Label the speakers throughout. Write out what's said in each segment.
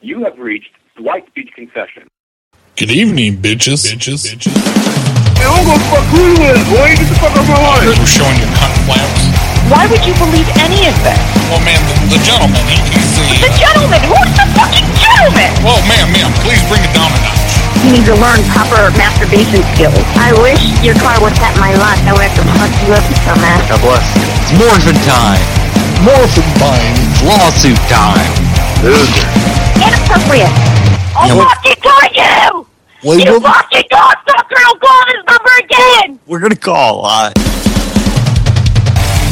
Speaker 1: You have reached Dwight Beach Confession.
Speaker 2: Good evening, bitches. Bitches. Bitches.
Speaker 3: Man, I'm gonna fuck Cleveland, boy. Get the fuck out of my life.
Speaker 2: We're showing you cunt flaps.
Speaker 4: Why would you believe any of this?
Speaker 2: Well, ma'am, the, the gentleman, he can see.
Speaker 4: The gentleman! Who's the fucking gentleman?
Speaker 2: Well, ma'am, ma'am, please bring it down a notch.
Speaker 4: You need to learn proper masturbation skills. I wish your car was at my lot. I would have to punch you up some ass.
Speaker 5: God bless you. It's morphin' time.
Speaker 2: Morphin time.
Speaker 5: It's lawsuit time.
Speaker 4: Inappropriate. I'll
Speaker 5: Yeah, well-
Speaker 4: fucking taught you!
Speaker 5: Well,
Speaker 4: You fucking cocksucker! I'll call this number again!
Speaker 5: we're gonna call. Uh,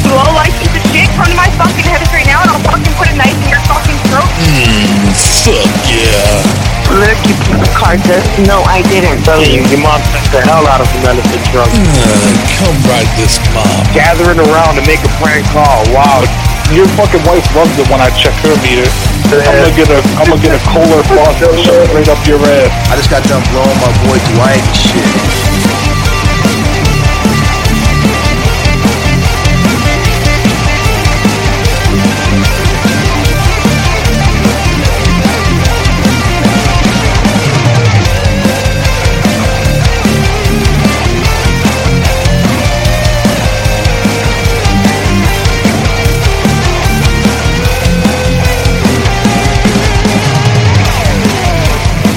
Speaker 4: You all like piece of shit? Come to my fucking head right now and I'll fucking put a knife in your fucking throat.
Speaker 2: Fuck yeah.
Speaker 4: Look, you piece of carcass. No, I didn't.
Speaker 6: telling you, your mom sent the hell out of him out of the drunk.
Speaker 2: Uh, come ride this mob.
Speaker 6: Gathering around to make a prank call. Wow.
Speaker 3: Your fucking wife loves it when I check her meter. I'm gonna get a, I'm gonna get a Kohler faucet and shove it right up your ass.
Speaker 7: I just got done blowing my boy Dwight and shit.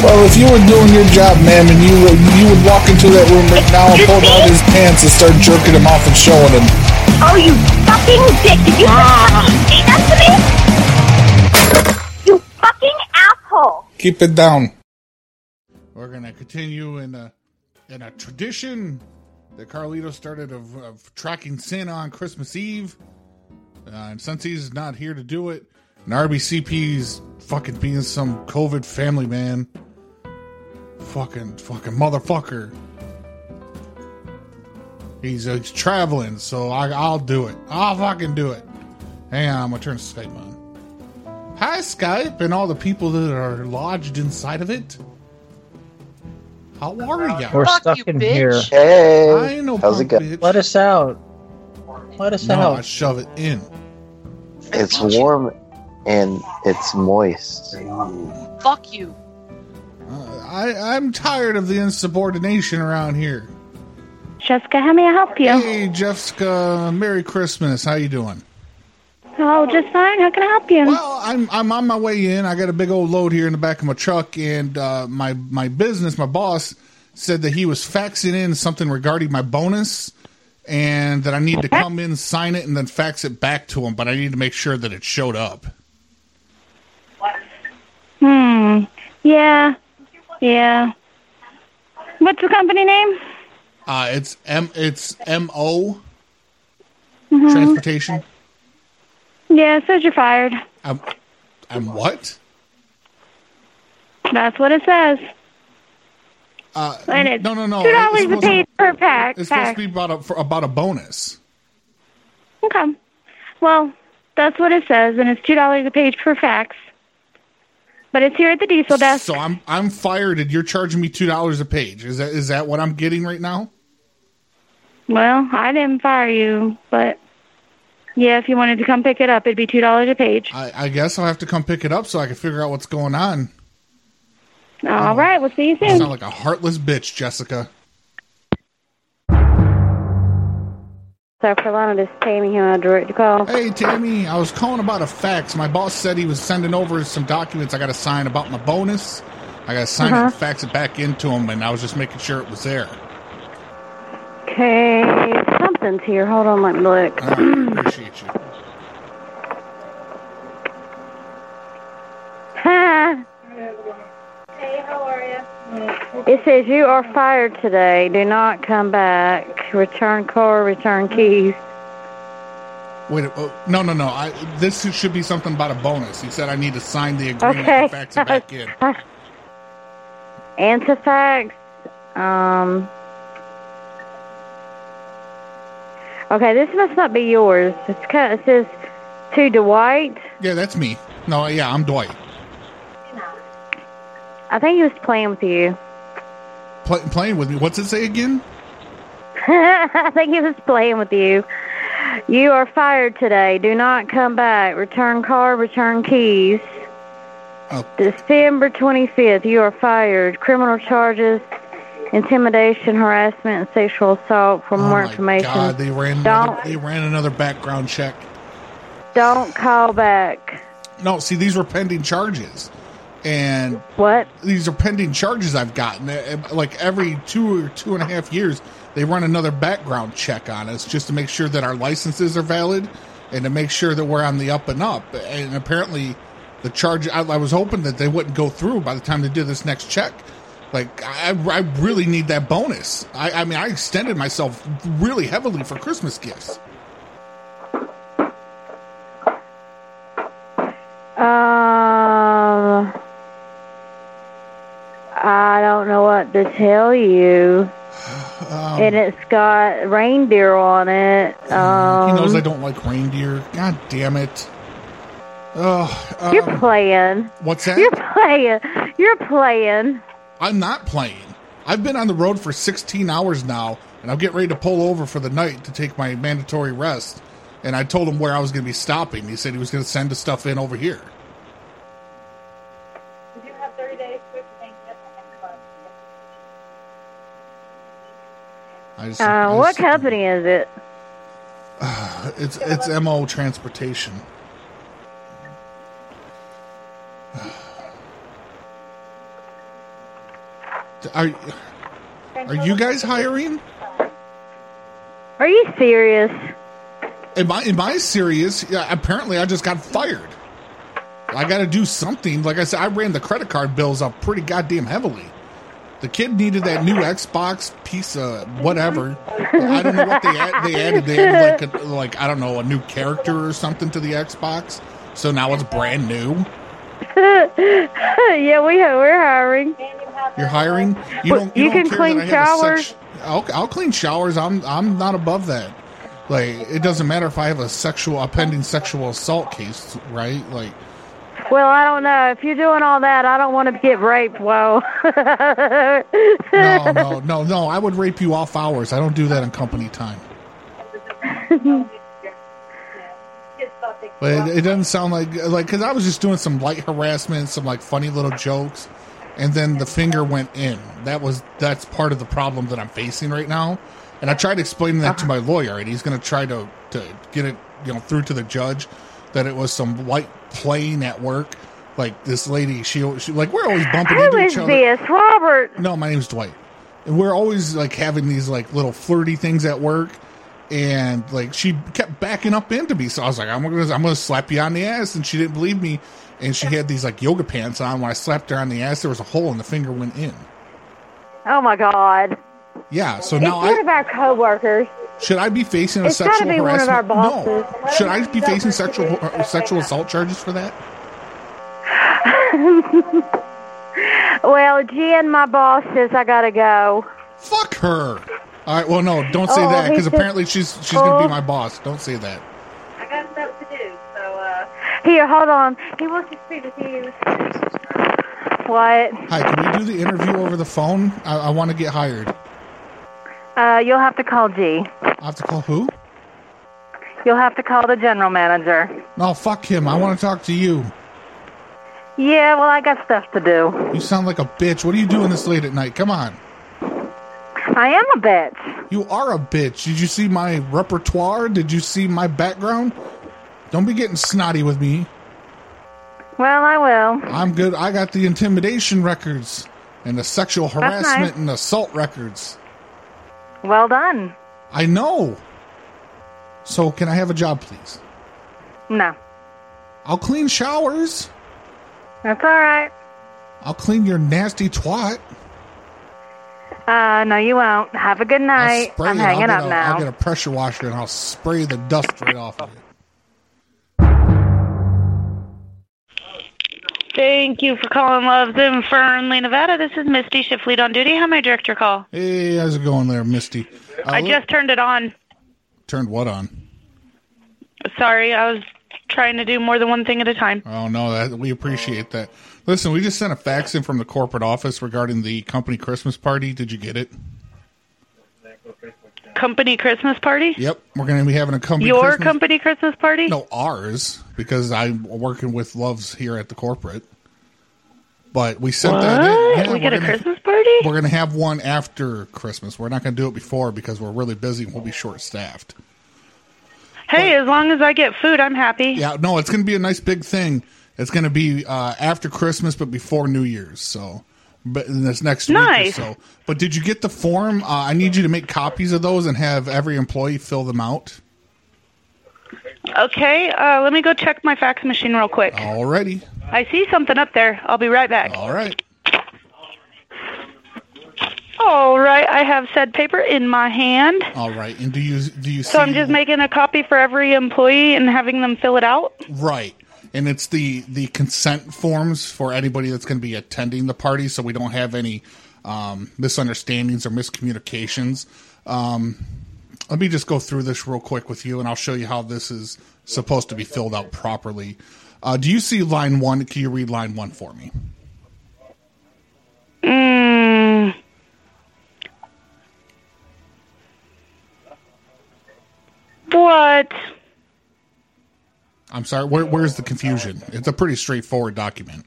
Speaker 2: Well, if you were doing your job, ma'am, and you would, you would walk into that room right now and pull down his pants and start jerking him off and showing him.
Speaker 4: Oh, you fucking dick! Did you
Speaker 8: Ah.
Speaker 4: fucking say that to me? You fucking asshole!
Speaker 2: Keep it down.
Speaker 9: We're going to continue in a in a tradition that Carlito started of, of tracking Santa on Christmas Eve. Uh, and since he's not here to do it, and RBCP's fucking being some COVID family man, fucking fucking motherfucker. He's, uh, he's traveling, so I, I'll do it. I'll fucking do it. Hang on, I'm gonna turn Skype on. Hi, Skype, and all the people that are lodged inside of it. How are ya?
Speaker 10: We're
Speaker 11: Fuck
Speaker 10: stuck
Speaker 11: you,
Speaker 10: in
Speaker 11: bitch.
Speaker 10: here.
Speaker 9: I ain't no
Speaker 5: How's it
Speaker 9: punk
Speaker 5: go-
Speaker 9: bitch.
Speaker 10: Let us out. Let us
Speaker 9: No, I
Speaker 10: out.
Speaker 9: shove it in.
Speaker 5: it's warm and it's moist.
Speaker 11: Fuck you.
Speaker 9: Uh, I, I'm tired of the insubordination around here.
Speaker 12: Jessica, how may I help you?
Speaker 9: Hey, Jeffska, Merry Christmas. How you doing?
Speaker 12: Oh, just fine. How can I help you?
Speaker 9: Well, I'm I'm on my way in. I got a big old load here in the back of my truck, and uh, my my business, my boss said that he was faxing in something regarding my bonus, and that I need to come in, sign it, and then fax it back to him. But I need to make sure that it showed up.
Speaker 12: Hmm. Yeah. Yeah. What's the company name?
Speaker 9: Uh, it's M. It's M O.
Speaker 12: Mm-hmm.
Speaker 9: Transportation.
Speaker 12: Yeah, it says you're fired.
Speaker 9: I'm. I'm what?
Speaker 12: That's what it says.
Speaker 9: Uh,
Speaker 12: And it's
Speaker 9: no, no, no.
Speaker 12: two
Speaker 9: It's
Speaker 12: dollars a
Speaker 9: supposed-
Speaker 12: page per pack.
Speaker 9: It's supposed
Speaker 12: pack.
Speaker 9: to be about a, for, about a bonus.
Speaker 12: Okay. Well, that's what it says, and it's two dollars a page per fax. But it's here at the diesel desk.
Speaker 9: So I'm I'm fired, and you're charging me two dollars a page. Is that is that what I'm getting right now?
Speaker 12: well, I didn't fire you, but yeah, if you wanted to come pick it up, it'd be two dollars a page.
Speaker 9: I, I guess I'll have to come pick it up so I can figure out what's going on. Oh.
Speaker 12: All right, we'll see you
Speaker 9: You
Speaker 12: soon.
Speaker 9: sound like a heartless bitch, Jessica.
Speaker 12: South Carolina, this is Tammy here on direct call.
Speaker 9: Hey Tammy, I was calling about a fax. My boss said he was sending over some documents I got to sign about my bonus. I got to sign
Speaker 12: Uh-huh.
Speaker 9: it and fax it back into him, and I was just making sure it was there.
Speaker 12: Okay, something's here. Hold on, let me look.
Speaker 9: All right, appreciate you.
Speaker 12: Ha! It says you are fired today. Do not come back. Return car, return keys.
Speaker 9: Wait, oh, no, no, no. I this should be something about a bonus. He said I need to sign the agreement and
Speaker 12: Okay.
Speaker 9: fax it back in.
Speaker 12: Antifax. Um. Okay, this must not be yours. It's kind of, it says to Dwight.
Speaker 9: Yeah, that's me. No, yeah, I'm Dwight.
Speaker 12: I think he was playing with you.
Speaker 9: Play, playing with me. What's it say again?
Speaker 12: I think he was playing with you. You are fired today. Do not come back. Return car, return keys.
Speaker 9: Oh.
Speaker 12: December 25th, you are fired. Criminal charges, intimidation, harassment, and sexual assault. For more information,
Speaker 9: Oh God, they ran another,
Speaker 12: don't
Speaker 9: they ran another background check.
Speaker 12: don't call back.
Speaker 9: No, see, these were pending charges, and
Speaker 12: what?
Speaker 9: These are pending charges I've gotten. Eh, eh, Like every two or two and a half years, they run another background check on us just to make sure that our licenses are valid and to make sure that we're on the up and up. And apparently, the charge I, I was hoping that they wouldn't go through by the time they did this next check. Like I, I really need that bonus. I, I mean, I extended myself really heavily for Christmas gifts.
Speaker 12: Um, I don't know what to tell you.
Speaker 9: Um.
Speaker 12: and it's got reindeer on it. Um,
Speaker 9: Mm-hmm. He knows I don't like reindeer. God damn it. Oh,
Speaker 12: You're playing.
Speaker 9: What's that?
Speaker 12: You're playing. You're playing.
Speaker 9: I'm not playing. I've been on the road for 16 hours now, and I'm getting ready to pull over for the night to take my mandatory rest. And I told him where I was going to be stopping. He said he was going to send the stuff in over here. I just,
Speaker 12: Uh,
Speaker 9: I
Speaker 12: what
Speaker 9: just-
Speaker 12: company is it?
Speaker 9: it's it's mo transportation. Are are you guys hiring?
Speaker 12: Are you serious?
Speaker 9: Am I am I serious? Yeah, apparently I just got fired. I got to do something. Like I said, I ran the credit card bills up pretty goddamn heavily. The kid needed that new Xbox piece of whatever. I don't know what they add, they added. They added like a, like I don't know a new character or something to the Xbox. So now it's brand new.
Speaker 12: yeah, we have, we're hiring.
Speaker 9: You're hiring. You
Speaker 12: Well,
Speaker 9: don't. You,
Speaker 12: you
Speaker 9: don't
Speaker 12: can
Speaker 9: care
Speaker 12: clean
Speaker 9: that I have a
Speaker 12: showers.
Speaker 9: sex- I'll, I'll clean showers. I'm I'm not above that. Like it doesn't matter if I have a sexual a pending sexual assault case, right? Like
Speaker 12: Well, I don't know. If you're doing all that, I don't want to get raped. Whoa.
Speaker 9: no, no, no, no. I would rape you off hours. I don't do that in company time. But it, it doesn't sound like like because I was just doing some light harassment, some like funny little jokes, and then the finger went in. That was that's part of the problem that I'm facing right now. And I tried explaining that to
Speaker 12: Uh-huh.
Speaker 9: my lawyer, and he's going to try to to get it you know through to the judge that it was some light playing at work. Like this lady, she, she like we're always bumping
Speaker 12: Who
Speaker 9: into
Speaker 12: is
Speaker 9: each other.
Speaker 12: this, Robert?
Speaker 9: No, my name's Dwight. And we're always like having these like little flirty things at work. And like she kept backing up into me, so I was like, "I'm gonna, I'm gonna slap you on the ass," and she didn't believe me. And she had these like yoga pants on. When I slapped her on the ass, there was a hole, and the finger went in.
Speaker 12: Oh my God.
Speaker 9: Yeah. So now
Speaker 12: it's one
Speaker 9: I
Speaker 12: of our coworkers.
Speaker 9: should I be facing a
Speaker 12: It's gotta
Speaker 9: sexual
Speaker 12: be one of
Speaker 9: harassment?
Speaker 12: our
Speaker 9: no.
Speaker 12: bosses.
Speaker 9: Should I be facing sexual uh, sexual assault charges for that?
Speaker 12: Well, Jen, my boss says I gotta go.
Speaker 9: Fuck her. All right. Well, no, don't say
Speaker 12: Oh,
Speaker 9: that
Speaker 12: he
Speaker 9: because
Speaker 12: said-
Speaker 9: apparently she's she's gonna
Speaker 12: Oh.
Speaker 9: be my boss. Don't say that.
Speaker 12: I got stuff to do, so uh. Here, hold on. He wants to speak with you. What?
Speaker 9: Hi, can we do the interview over the phone? I, I want to get hired.
Speaker 12: Uh, you'll have to call G.
Speaker 9: I have to call who?
Speaker 12: You'll have to call the general manager.
Speaker 9: No, fuck him. I want to talk to you.
Speaker 12: Yeah, well, I got stuff to do.
Speaker 9: You sound like a bitch. What are you doing this late at night? Come on.
Speaker 12: I am a bitch.
Speaker 9: You are a bitch. Did you see my repertoire? Did you see my background? Don't be getting snotty with me.
Speaker 12: Well, I will.
Speaker 9: I'm good. I got the intimidation records and the sexual
Speaker 12: That's
Speaker 9: harassment
Speaker 12: nice.
Speaker 9: and assault records.
Speaker 12: Well done.
Speaker 9: I know. So, can I have a job, please?
Speaker 12: No,
Speaker 9: I'll clean showers.
Speaker 12: that's all right.
Speaker 9: I'll clean your nasty twat.
Speaker 12: Uh, no, you won't. Have a good night.
Speaker 9: spray
Speaker 12: I'm
Speaker 9: it. I'll
Speaker 12: hanging
Speaker 9: get
Speaker 12: up
Speaker 9: a-
Speaker 12: now.
Speaker 9: I'll get a pressure washer and I'll spray the dust right off of it.
Speaker 4: Thank you for calling Love's in Fernley, Nevada. This is Misty Shifley on duty. How may I direct your call?
Speaker 9: Hey, how's it going there, Misty? Uh,
Speaker 4: I
Speaker 9: look-
Speaker 4: just turned it on.
Speaker 9: turned what on?
Speaker 4: Sorry, I was trying to do more than one thing at a time.
Speaker 9: Oh no, that, we appreciate that. Listen, we just sent a fax in from the corporate office regarding the company Christmas party. Did you get it?
Speaker 4: Company Christmas party?
Speaker 9: Yep, we're gonna be having a company.
Speaker 4: your
Speaker 9: Christmas-
Speaker 4: company Christmas party?
Speaker 9: No, ours because I'm working with Loves here at the corporate. But we sent that in.
Speaker 4: What? We
Speaker 9: we're
Speaker 4: got a
Speaker 9: gonna-
Speaker 4: Christmas party?
Speaker 9: We're going to have one after Christmas. We're not going to do it before because we're really busy and we'll be short staffed.
Speaker 4: Hey, as long as I get food, I'm happy.
Speaker 9: Yeah, no, it's going to be a nice big thing. It's going to be uh, after Christmas, but before New Year's. So, but in this next
Speaker 4: Nice.
Speaker 9: week or so. But did you get the form? Uh, I need you to make copies of those and have every employee fill them out.
Speaker 4: Okay, uh, let me go check my fax machine real quick.
Speaker 9: Alrighty.
Speaker 4: I see something up there. I'll be right back.
Speaker 9: All right.
Speaker 4: All right, I have said paper in my hand.
Speaker 9: All right. And do you do you see?
Speaker 4: So I'm just making a copy for every employee and having them fill it out.
Speaker 9: Right. And it's the the consent forms for anybody that's going to be attending the party, so we don't have any um, misunderstandings or miscommunications. Um, let me just go through this real quick with you, and I'll show you how this is supposed to be filled out properly. Uh, do you see line one? Can you read line one for me?
Speaker 4: Mm. What?
Speaker 9: I'm sorry. Where, where's the confusion? It's a pretty straightforward document.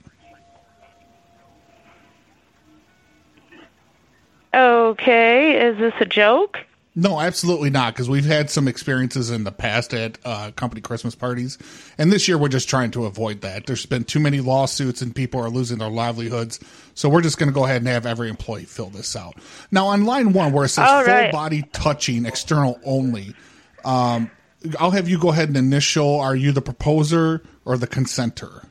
Speaker 4: Okay, is this a joke?
Speaker 9: No, absolutely not. Because we've had some experiences in the past at uh, company Christmas parties, and this year we're just trying to avoid that. There's been too many lawsuits, and people are losing their livelihoods. So we're just going to go ahead and have every employee fill this out. Now, on line one, where it says
Speaker 4: All
Speaker 9: full
Speaker 4: right.
Speaker 9: body touching, external only, um, I'll have you go ahead and initial. Are you the proposer or the consenter?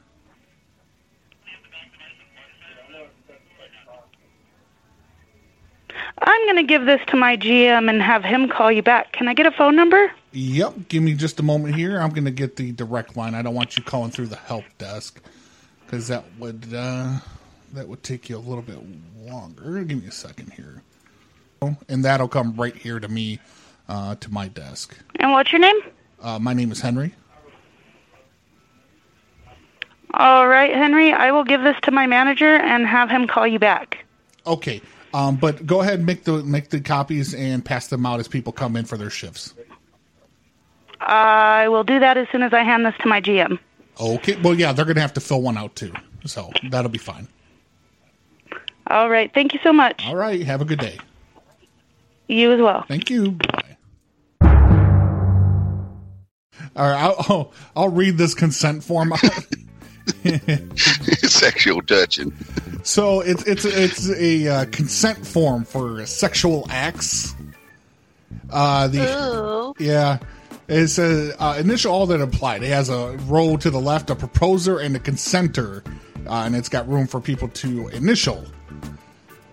Speaker 4: I'm going to give this to my GM and have him call you back. Can I get a phone number?
Speaker 9: Yep. Give me just a moment here. I'm going to get the direct line. I don't want you calling through the help desk because that would uh, that would take you a little bit longer. Give me a second here, and that'll come right here to me uh, to my desk.
Speaker 4: And what's your name?
Speaker 9: Uh, my name is Henry.
Speaker 4: All right, Henry, I will give this to my manager and have him call you back.
Speaker 9: Okay. Um, but go ahead and make the make the copies and pass them out as people come in for their shifts.
Speaker 4: I will do that as soon as I hand this to my GM.
Speaker 9: Okay. Well, yeah, they're going to have to fill one out too, so that'll be fine.
Speaker 4: All right, thank you so much.
Speaker 9: All right. Have a good day.
Speaker 4: You as well.
Speaker 9: Thank you. Bye. All right, I'll, oh, I'll read this consent form.
Speaker 13: Sexual touching.
Speaker 9: so it's it's it's a uh, consent form for sexual acts. Uh, the yeah, it says uh, initial all that applied. It has a row to the left, a proposer and a consenter, uh, and it's got room for people to initial.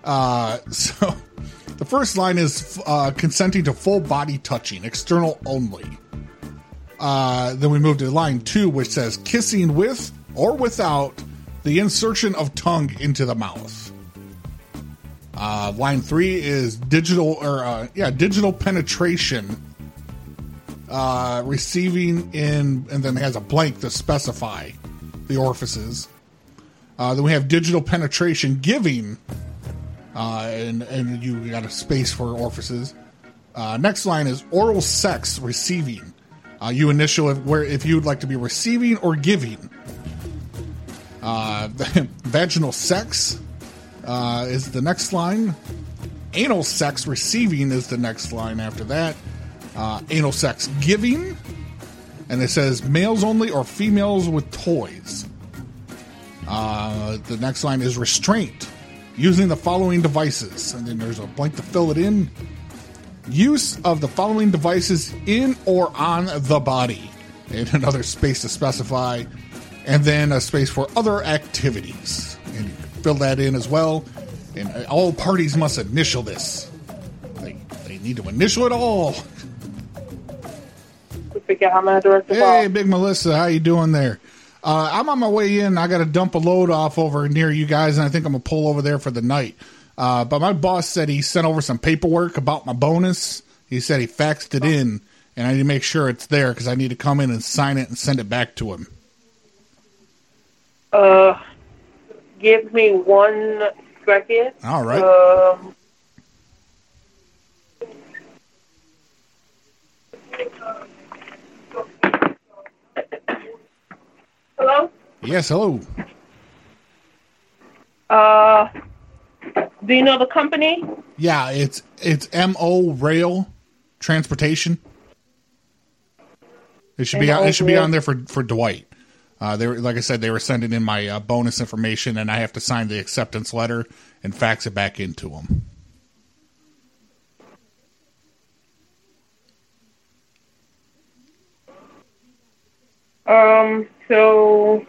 Speaker 9: Uh, so the first line is uh, consenting to full body touching, external only. Uh, then we move to line two, which says kissing with or without the insertion of tongue into the mouth. Uh, line three is digital or uh, yeah, digital penetration. Uh, receiving in and then it has a blank to specify the orifices. Uh, then we have digital penetration giving, uh, and and you got a space for orifices. Uh, next line is oral sex receiving. Uh, you initial if, where if you would like to be receiving or giving. Uh, vaginal sex uh, is the next line. Anal sex receiving is the next line after that. Uh, anal sex giving, and it says males only or females with toys. Uh, the next line is restraint using the following devices, and then there's a blank to fill it in. Use of the following devices in or on the body, and another space to specify, and then a space for other activities. And you can fill that in as well. And uh, all parties must initial this. They, they need to initial it all. Hey, Big Melissa, how you doing there? Uh, I'm on my way in. I got to dump a load off over near you guys, and I think I'm gonna pull over there for the night. Uh, but my boss said he sent over some paperwork about my bonus. He said he faxed it in, and I need to make sure it's there because I need to come in and sign it and send it back to him.
Speaker 3: Uh, give me one second.
Speaker 9: All right.
Speaker 3: Um, hello.
Speaker 9: Yes, hello.
Speaker 3: Uh, Do you know the company?
Speaker 9: Yeah, it's it's MO Rail Transportation. It should be
Speaker 3: MO
Speaker 9: out, it should be
Speaker 3: Rail.
Speaker 9: on there for for Dwight. Uh, they were, like I said, they were sending in my uh, bonus information, and I have to sign the acceptance letter and fax it back into them.
Speaker 3: Um, so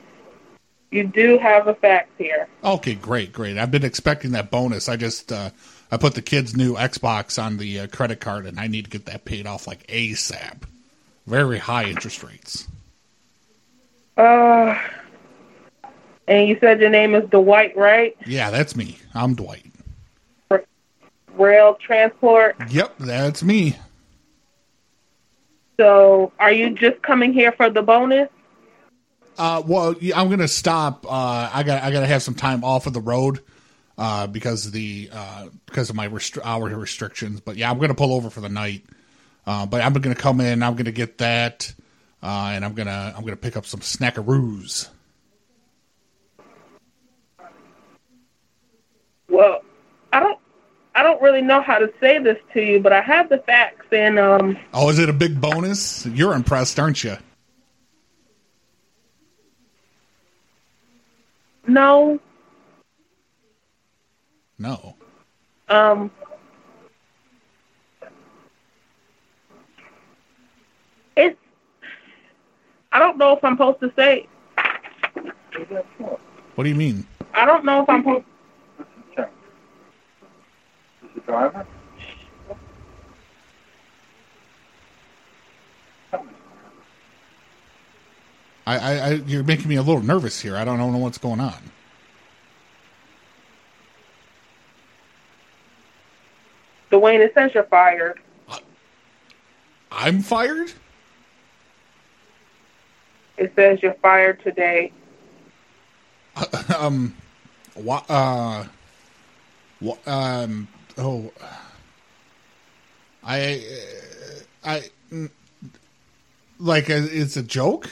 Speaker 3: you do have a fax here.
Speaker 9: Okay, great, great. I've been expecting that bonus. I just uh, I put the kids' new Xbox on the uh, credit card, and I need to get that paid off like ASAP. Very high interest rates.
Speaker 3: Uh, and you said your name is Dwight, right?
Speaker 9: Yeah, that's me. I'm Dwight.
Speaker 3: Rail Transport.
Speaker 9: Yep, that's me.
Speaker 3: So are you just coming here for the bonus?
Speaker 9: Uh, well, yeah, I'm gonna stop. Uh, I got I gotta have some time off of the road, uh, because of the uh because of my restr- hour restrictions. But yeah, I'm gonna pull over for the night. Uh, but I'm gonna come in. I'm gonna get that, uh, and I'm gonna I'm gonna pick up some snackaroos.
Speaker 3: Well, I don't, I don't really know how to say this to you, but I have the fax, and um,
Speaker 9: Oh, is it a big bonus? You're impressed, aren't you?
Speaker 3: no,
Speaker 9: No.
Speaker 3: um, it's, I don't know if I'm supposed to say.
Speaker 9: What do you mean?
Speaker 3: I don't know if I'm supposed.
Speaker 13: driver?
Speaker 9: I, I, I you're making me a little nervous here. I don't know what's going on.
Speaker 3: Dwayne, it says you're fired.
Speaker 9: I'm fired.
Speaker 3: It says you're fired today.
Speaker 9: um, wha- uh, wha- um, oh, I, uh, I, mm, like, uh, it's a joke.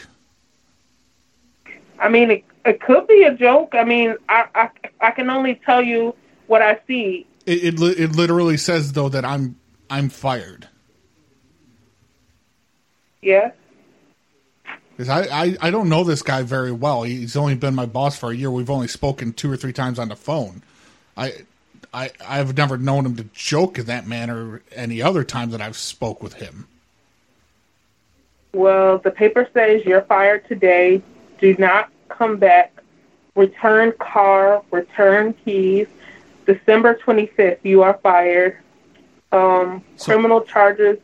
Speaker 3: I mean, it, it could be a joke. I mean, I, I, I can only tell you what I see.
Speaker 9: It, it, li- it literally says though that I'm, I'm fired.
Speaker 3: Yes.
Speaker 9: 'Cause I, I, I don't know this guy very well. He's only been my boss for a year. We've only spoken two or three times on the phone. I, I, I've never known him to joke in that manner any other time that I've spoke with him.
Speaker 3: Well, the paper says you're fired today. Do not come back. Return car, return keys. December 25th, you are fired. Um, criminal charges.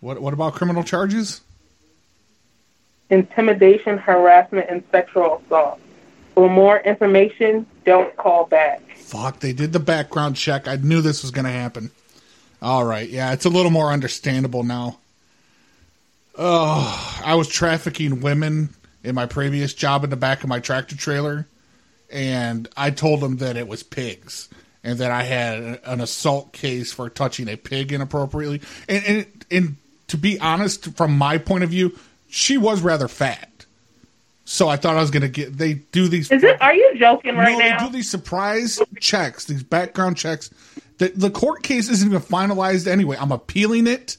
Speaker 9: What, what about criminal charges?
Speaker 3: intimidation, harassment, and sexual assault. For more information, don't call back.
Speaker 9: Fuck, they did the background check. I knew this was going to happen. All right, yeah, it's a little more understandable now. Oh, I was trafficking women in my previous job in the back of my tractor trailer, and I told them that it was pigs and that I had an assault case for touching a pig inappropriately. And and, and to be honest, from my point of view, she was rather fat. So I thought I was going to get. They do these.
Speaker 3: Is it? Are you joking right
Speaker 9: no,
Speaker 3: now?
Speaker 9: they do these surprise checks, these background checks. The, the court case isn't even finalized anyway. I'm appealing it,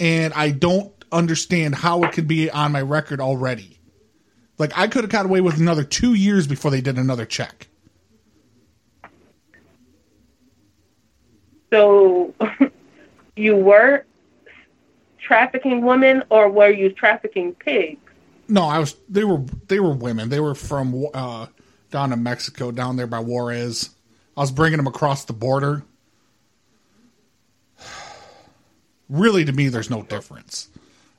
Speaker 9: and I don't understand how it could be on my record already. Like I could have got away with another two years before they did another check.
Speaker 3: So, you were trafficking women, or were you trafficking pigs?
Speaker 9: No, I was. They were. They were women. They were from uh, down in Mexico, down there by Juarez. I was bringing them across the border. Really, to me, there's no difference.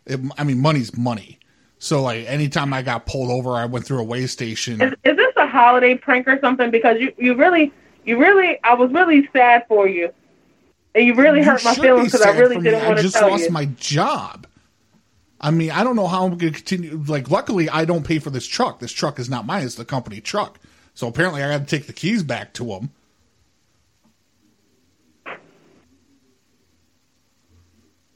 Speaker 9: It, I mean, money's money. So, like, anytime I got pulled over, I went through a way
Speaker 3: Is,
Speaker 9: station.
Speaker 3: is this a holiday prank or something? Because you, you really, you really, I was really sad for you, and you really
Speaker 9: You
Speaker 3: hurt my
Speaker 9: should
Speaker 3: feelings
Speaker 9: be
Speaker 3: because I
Speaker 9: sad
Speaker 3: really
Speaker 9: for me.
Speaker 3: didn't want
Speaker 9: I
Speaker 3: to
Speaker 9: just
Speaker 3: tell
Speaker 9: lost
Speaker 3: you.
Speaker 9: my job. I mean, I don't know how I'm going to continue. Like, luckily, I don't pay for this truck. This truck is not mine; it's the company truck. So apparently, I got to take the keys back to them.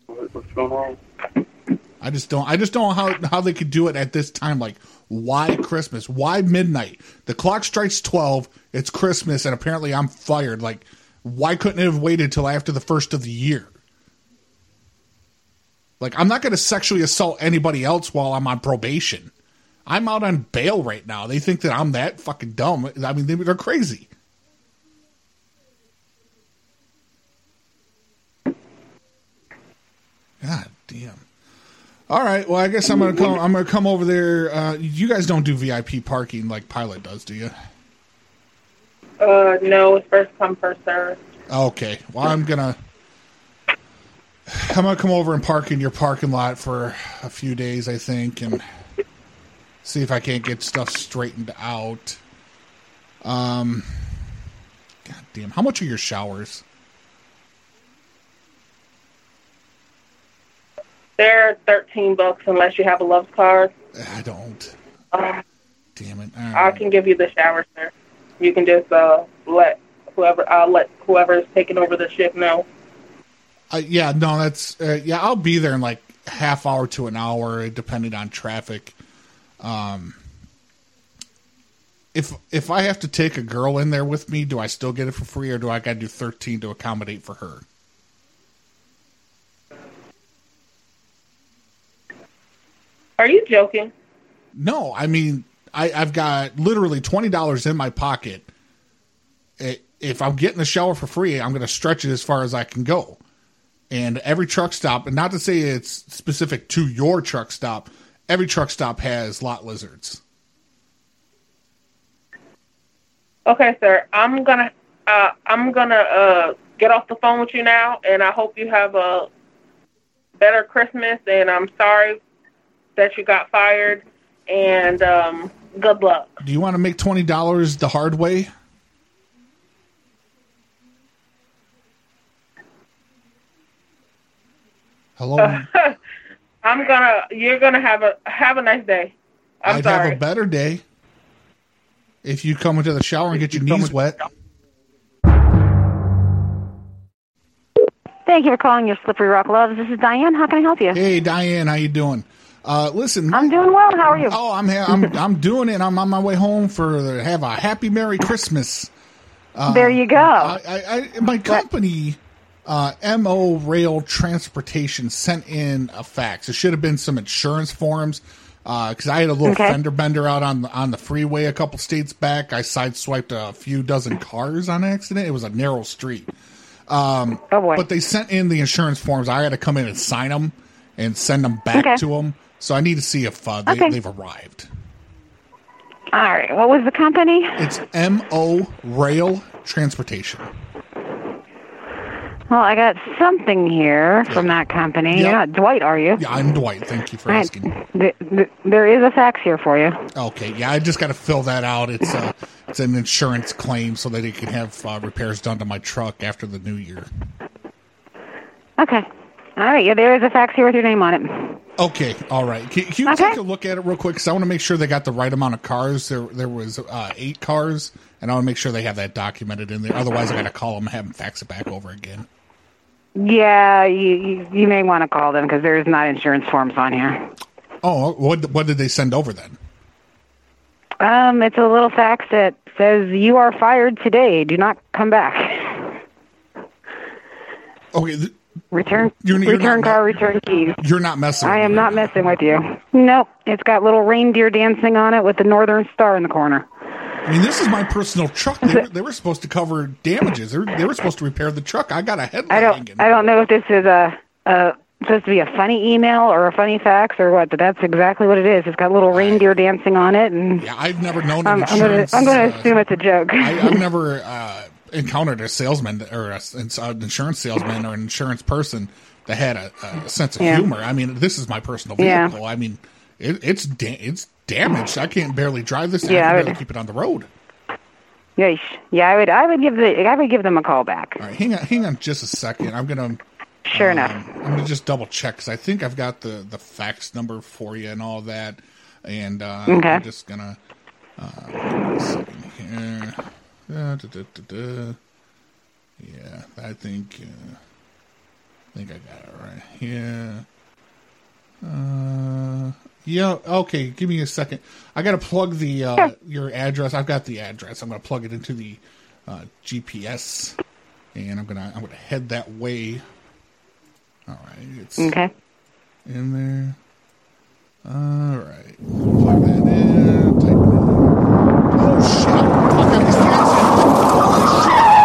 Speaker 5: Oh,
Speaker 13: What's going on?
Speaker 9: I I just don't. I just don't know how how they could do it at this time. Like, why Christmas? Why midnight? The clock strikes twelve. It's Christmas, and apparently I'm fired. Like, why couldn't it have waited till after the first of the year? Like, I'm not going to sexually assault anybody else while I'm on probation. I'm out on bail right now. They think that I'm that fucking dumb. I mean, they, they're crazy. God damn. All right. Well, I guess I'm gonna come. I'm gonna come over there. Uh, you guys don't do VIP parking like Pilot does, do you?
Speaker 3: Uh, no, it's first come, first serve.
Speaker 9: Okay. Well, I'm gonna. I'm gonna come over and park in your parking lot for a few days, I think, and see if I can't get stuff straightened out. Um. God damn! How much are your showers?
Speaker 3: They're thirteen bucks unless you have a Love's card.
Speaker 9: I don't.
Speaker 3: Um,
Speaker 9: Damn it!
Speaker 3: I can give you the shower, sir. You can just uh, let whoever I'll let whoever's taking over the shift know.
Speaker 9: Uh, yeah, no, that's uh, yeah. I'll be there in like half hour to an hour, depending on traffic. Um, if if I have to take a girl in there with me, do I still get it for free, or do I got to do thirteen to accommodate for her?
Speaker 3: Are you joking?
Speaker 9: No, I mean I, I've got literally twenty dollars in my pocket. I- If I'm getting a shower for free, I'm going to stretch it as far as I can go. And every truck stop, and not to say it's specific to your truck stop, every truck stop has lot lizards.
Speaker 3: Okay, sir. I'm gonna uh, I'm gonna uh, get off the phone with you now, and I hope you have a better Christmas. And I'm sorry that you got fired. And um, good luck.
Speaker 9: Do you want to make twenty dollars the hard way? Hello,
Speaker 3: I'm gonna. You're gonna have a have a nice day. I'm
Speaker 9: I'd
Speaker 3: sorry.
Speaker 9: have a better day if you come into the shower and get your knees wet.
Speaker 14: Thank you for calling your Slippery Rock Loves. This is Diane. How can I help you?
Speaker 9: Hey, Diane, how you doing? Uh, listen, I'm
Speaker 14: doing well. How are you?
Speaker 9: Oh, I'm ha- I'm I'm doing it. I'm on my way home for the, have a happy Merry Christmas. Uh,
Speaker 14: There you go.
Speaker 9: I, I, I my company, uh, Mo Rail Transportation, sent in a fax. It should have been some insurance forms because I had a little
Speaker 10: Okay.
Speaker 9: fender bender out on the, on the freeway a couple states back. I sideswiped a few dozen cars on accident. It was a narrow street. Um,
Speaker 14: Oh,
Speaker 9: But they sent in the insurance forms. I had to come in and sign them and send them back
Speaker 14: Okay.
Speaker 9: to them. So I need to see if uh, they,
Speaker 14: Okay.
Speaker 9: they've arrived.
Speaker 14: All right. What was the company?
Speaker 9: It's MO Rail Transportation.
Speaker 14: Well, I got something here from that company. You're
Speaker 9: Yeah.
Speaker 14: not Dwight, are you?
Speaker 9: Yeah, I'm Dwight. Thank you for
Speaker 14: Right.
Speaker 9: asking.
Speaker 14: Th- th- there is a fax here for you.
Speaker 9: Okay, yeah, I just got to fill that out. It's uh, it's an insurance claim so that it can have uh, repairs done to my truck after the new year.
Speaker 14: Okay. All right. Yeah, there is a fax here with your name on it.
Speaker 9: Okay, all right. Can, can you take a look at it real quick? Because I want to make sure they got the right amount of cars. There, there was uh, eight cars, and I want to make sure they have that documented in there. Otherwise, I got to call them and have them fax it back over again.
Speaker 14: Yeah, you you, you may want to call them because there's not insurance forms on here.
Speaker 9: Oh, what what did they send over then?
Speaker 14: Um, it's a little fax that says you are fired today. Do not come back.
Speaker 9: Okay, th-
Speaker 14: Return
Speaker 9: You're- you're
Speaker 14: return
Speaker 9: not-
Speaker 14: car, return keys.
Speaker 9: you're not messing.
Speaker 14: I
Speaker 9: with
Speaker 14: am
Speaker 9: me.
Speaker 14: not messing with you. Nope. It's got little reindeer dancing on it with the northern star in the corner.
Speaker 9: I mean, this is my personal truck. They were, they were supposed to cover damages. They were, they were supposed to repair the truck. I got a headlight.
Speaker 14: I don't I don't know if this is a, a supposed to be a funny email or a funny fax or what, but that's exactly what it is. It's got little reindeer dancing on it, and
Speaker 9: Yeah, I've never known an
Speaker 14: I'm, I'm gonna
Speaker 9: insurance.
Speaker 14: I'm gonna
Speaker 9: uh,
Speaker 14: assume it's a joke.
Speaker 9: I, I've never uh, encountered a salesman or a, an insurance salesman or an insurance person that had a, a sense of
Speaker 14: Yeah.
Speaker 9: humor. I mean, this is my personal
Speaker 14: Yeah.
Speaker 9: vehicle. I mean, it, it's da- it's damaged. I can't barely drive this.
Speaker 14: Yeah,
Speaker 9: Yeah, I
Speaker 14: I
Speaker 9: can
Speaker 14: would-
Speaker 9: barely keep it on the road.
Speaker 14: yeah, you sh- yeah, I would I would give the I would give them a call back.
Speaker 9: All right, hang on, hang on, just a second. I'm gonna
Speaker 14: Sure enough.
Speaker 9: I'm gonna Um, just double check because I think I've got the the fax number for you and all that. And uh,
Speaker 10: Okay.
Speaker 9: I'm just gonna uh, give me a second here. Da, da, da, da, da. Yeah, I think uh, I think I got it right here. Uh, yeah. Okay. Give me a second. I got to plug the uh, your address. I've got the address. I'm going to plug it into the uh, GPS, and I'm gonna I'm gonna head that way. All right. It's
Speaker 12: Okay.
Speaker 9: in there. All right. Plug that in. Type it in. Oh shit! Fuck, I missed the exit.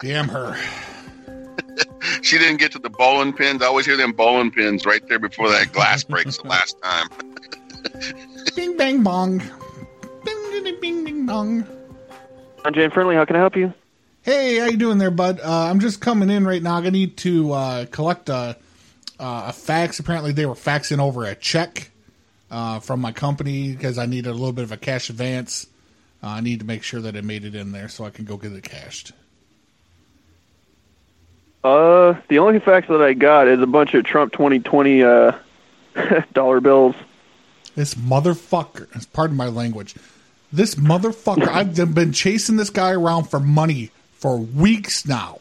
Speaker 9: Damn her.
Speaker 13: She didn't get to the bowling pins. I always hear them bowling pins right there before that glass breaks the last time.
Speaker 9: Bing bang bong. Bing ding, ding bing ding bong.
Speaker 1: I'm Jane Friendly. How can I help you?
Speaker 9: Hey, how you doing there, bud? Uh, I'm just coming in right now. I need to uh, collect a, uh, a fax. Apparently, they were faxing over a check uh, from my company because I needed a little bit of a cash advance. Uh, I need to make sure that it made it in there so I can go get it cashed.
Speaker 1: Uh, the only fax that I got is a bunch of Trump 2020 uh, dollar bills.
Speaker 9: This motherfucker. Pardon my language. This motherfucker. I've been chasing this guy around for money for weeks now.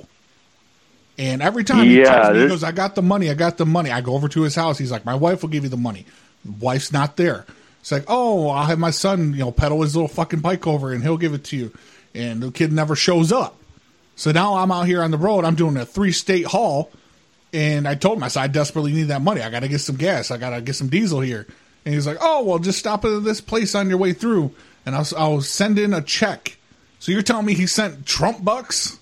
Speaker 9: And every time he
Speaker 1: Yeah,
Speaker 9: texts me, he
Speaker 1: this-
Speaker 9: goes, I got the money, I got the money. I go over to his house. He's like, My wife will give you the money. Wife's not there. It's like, Oh, I'll have my son, you know, pedal his little fucking bike over and he'll give it to you. And the kid never shows up. So now I'm out here on the road. I'm doing a three state haul. And I told him, I said, I desperately need that money. I got to get some gas. I got to get some diesel here. And he's like, oh, well, just stop at this place on your way through and I'll, I'll send in a check. So you're telling me he sent Trump bucks?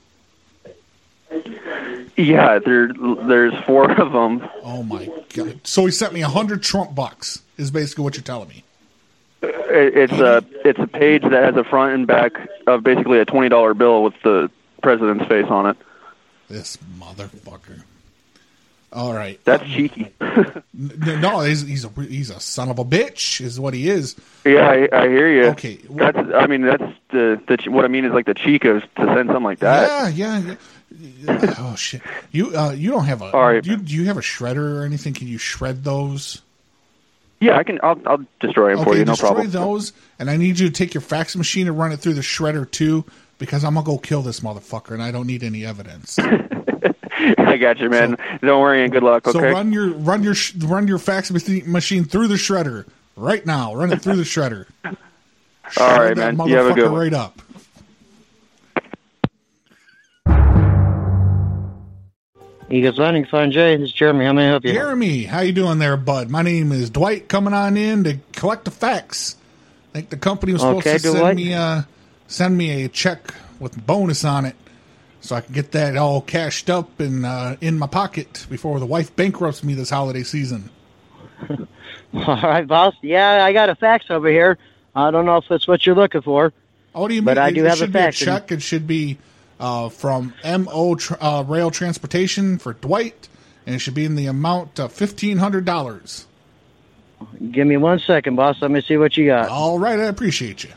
Speaker 1: Yeah, there, there's four of them.
Speaker 9: Oh, my God. So he sent me 100 Trump bucks, is basically what you're telling me.
Speaker 1: It, it's a it's a page that has a front and back of basically a twenty dollar bill with the president's face on it.
Speaker 9: This motherfucker. All right.
Speaker 1: That's cheeky.
Speaker 9: N- No, he's, he's, a, he's a son of a bitch, is what he is.
Speaker 1: Yeah, I, I hear you.
Speaker 9: Okay,
Speaker 1: that's I mean that's the, the what I mean is like the cheek of to send something like that.
Speaker 9: Yeah, yeah, yeah. Oh shit! You uh, you don't have a do you, do you have a shredder or anything? Can you shred those?
Speaker 1: Yeah, I can. I'll, I'll destroy them for you. No
Speaker 9: destroy
Speaker 1: problem.
Speaker 9: those, and I need you to take your fax machine and run it through the shredder too, because I'm gonna go kill this motherfucker, and I don't need any evidence.
Speaker 1: I got you, man. Don't worry and good luck.
Speaker 9: So
Speaker 1: Okay.
Speaker 9: run your run your sh- run your fax machi- machine through the shredder right now. Run it through the shredder.
Speaker 1: All right,
Speaker 9: Shred that
Speaker 1: man. You have a good
Speaker 9: motherfucker
Speaker 1: one.
Speaker 9: right up.
Speaker 6: Eagles Landing, Fine Jay. This is Jeremy. How may I help you?
Speaker 9: Jeremy, how you doing there, bud? My name is Dwight. Coming on in to collect the facts. I think the company was supposed
Speaker 6: Okay,
Speaker 9: to send
Speaker 6: Dwight.
Speaker 9: me uh, send me a check with a bonus on it, so I can get that all cashed up and uh, in my pocket before the wife bankrupts me this holiday season.
Speaker 6: All right, boss. Yeah, I got a fax over here. I don't know if it's what you're looking for.
Speaker 9: Oh, what do you
Speaker 6: But
Speaker 9: mean?
Speaker 6: I
Speaker 9: It-
Speaker 6: do
Speaker 9: it
Speaker 6: have a
Speaker 9: should be
Speaker 6: fax. and-
Speaker 9: check. It should be uh, from Mo Tr- uh, Rail Transportation for Dwight, and it should be in the amount of fifteen hundred dollars.
Speaker 6: Give me one second, boss. Let me see what you got.
Speaker 9: All right, I appreciate you.